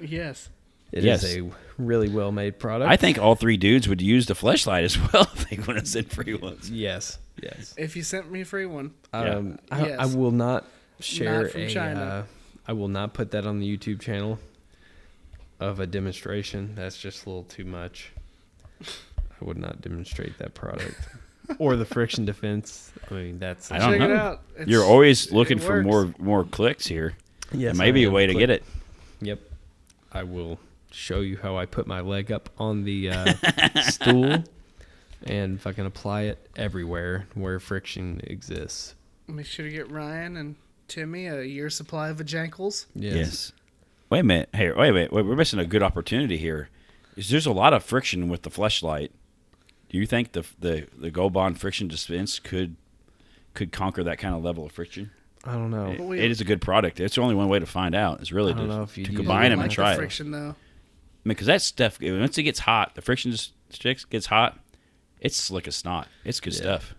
[SPEAKER 3] Yes.
[SPEAKER 1] It is
[SPEAKER 2] Yes.
[SPEAKER 1] a really well made product.
[SPEAKER 2] I think all three dudes would use the fleshlight as well if they want to send free ones.
[SPEAKER 1] yes, yes.
[SPEAKER 3] If you sent me a free one,
[SPEAKER 1] Um, I, I
[SPEAKER 3] Yes.
[SPEAKER 1] will not share
[SPEAKER 3] from
[SPEAKER 1] a,
[SPEAKER 3] China.
[SPEAKER 1] uh, I will not put that on the YouTube channel of a demonstration. That's just a little too much. I would not demonstrate that product
[SPEAKER 3] <laughs>
[SPEAKER 1] or the friction defense. I mean, that's
[SPEAKER 2] I don't
[SPEAKER 3] check
[SPEAKER 2] know.
[SPEAKER 3] it out. It's-
[SPEAKER 2] You're always looking
[SPEAKER 3] it
[SPEAKER 2] for
[SPEAKER 3] works.
[SPEAKER 2] more more clicks here.
[SPEAKER 1] Yes,
[SPEAKER 2] Yes,
[SPEAKER 1] I
[SPEAKER 2] maybe a
[SPEAKER 1] am.
[SPEAKER 2] way to
[SPEAKER 1] Click.
[SPEAKER 2] get it.
[SPEAKER 1] Yep, I will show you how I put my leg up on the
[SPEAKER 2] <laughs>
[SPEAKER 1] uh, stool and fucking apply it everywhere where friction exists.
[SPEAKER 3] Make sure to get Ryan and Timmy a year supply of Ajankles.
[SPEAKER 1] Yes.
[SPEAKER 2] Wait a minute. Hey, wait a minute. Wait, we're missing a good opportunity here. Is there's a lot of friction with the fleshlight? Do you think the the the Gobon friction dispense could could conquer that kind of level of friction?
[SPEAKER 1] I don't know.
[SPEAKER 2] It-
[SPEAKER 3] we-
[SPEAKER 2] it is a good product. It's the only one way to find out. It's really
[SPEAKER 1] I don't
[SPEAKER 2] to,
[SPEAKER 1] know if you
[SPEAKER 2] to
[SPEAKER 1] use
[SPEAKER 2] combine
[SPEAKER 1] it.
[SPEAKER 2] them
[SPEAKER 3] like
[SPEAKER 2] and
[SPEAKER 3] the
[SPEAKER 2] try it.
[SPEAKER 3] friction though.
[SPEAKER 2] because that stuff once it gets hot, the friction just sticks gets hot. It's slick as snot. It's good stuff.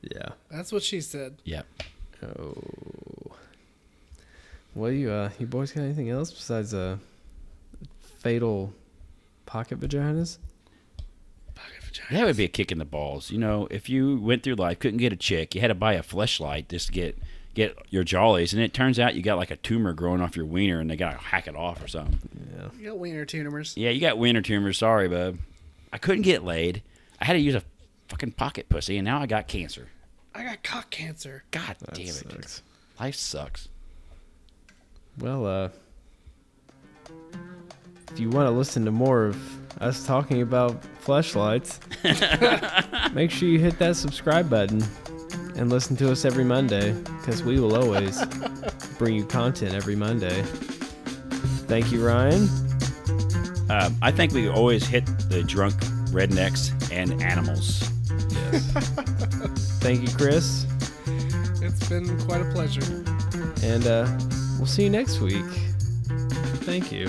[SPEAKER 1] Yeah.
[SPEAKER 3] That's what she said.
[SPEAKER 2] Yep.
[SPEAKER 1] Oh. Well, you uh, you boys got anything else besides uh, fatal pocket vaginas?
[SPEAKER 3] Pocket vagina.
[SPEAKER 2] That would be a kick in the balls. You know, if you went through life couldn't get a chick, you had to buy a fleshlight just to get get your jollies, and it turns out you got like a tumor growing off your wiener, and they got to hack it off or something.
[SPEAKER 1] Yeah.
[SPEAKER 3] You got wiener tuners.
[SPEAKER 2] Yeah, you got wiener tumors. Sorry, bub. I couldn't get laid. I had to use a fucking pocket pussy, and now I got cancer.
[SPEAKER 3] I got cock cancer.
[SPEAKER 2] God
[SPEAKER 1] That
[SPEAKER 2] damn it!
[SPEAKER 1] sucks.
[SPEAKER 2] Life sucks.
[SPEAKER 1] Well, uh, if you want to listen to more of us talking about <laughs> flashlights, make sure you hit that subscribe button and listen to us every Monday because we will <laughs> always bring you content every Monday. Thank you, Ryan.
[SPEAKER 2] Um, I think we always hit the drunk rednecks and animals.
[SPEAKER 1] Thank you, Chris.
[SPEAKER 3] It's been quite a pleasure.
[SPEAKER 1] And uh, we'll see you next week. Thank you.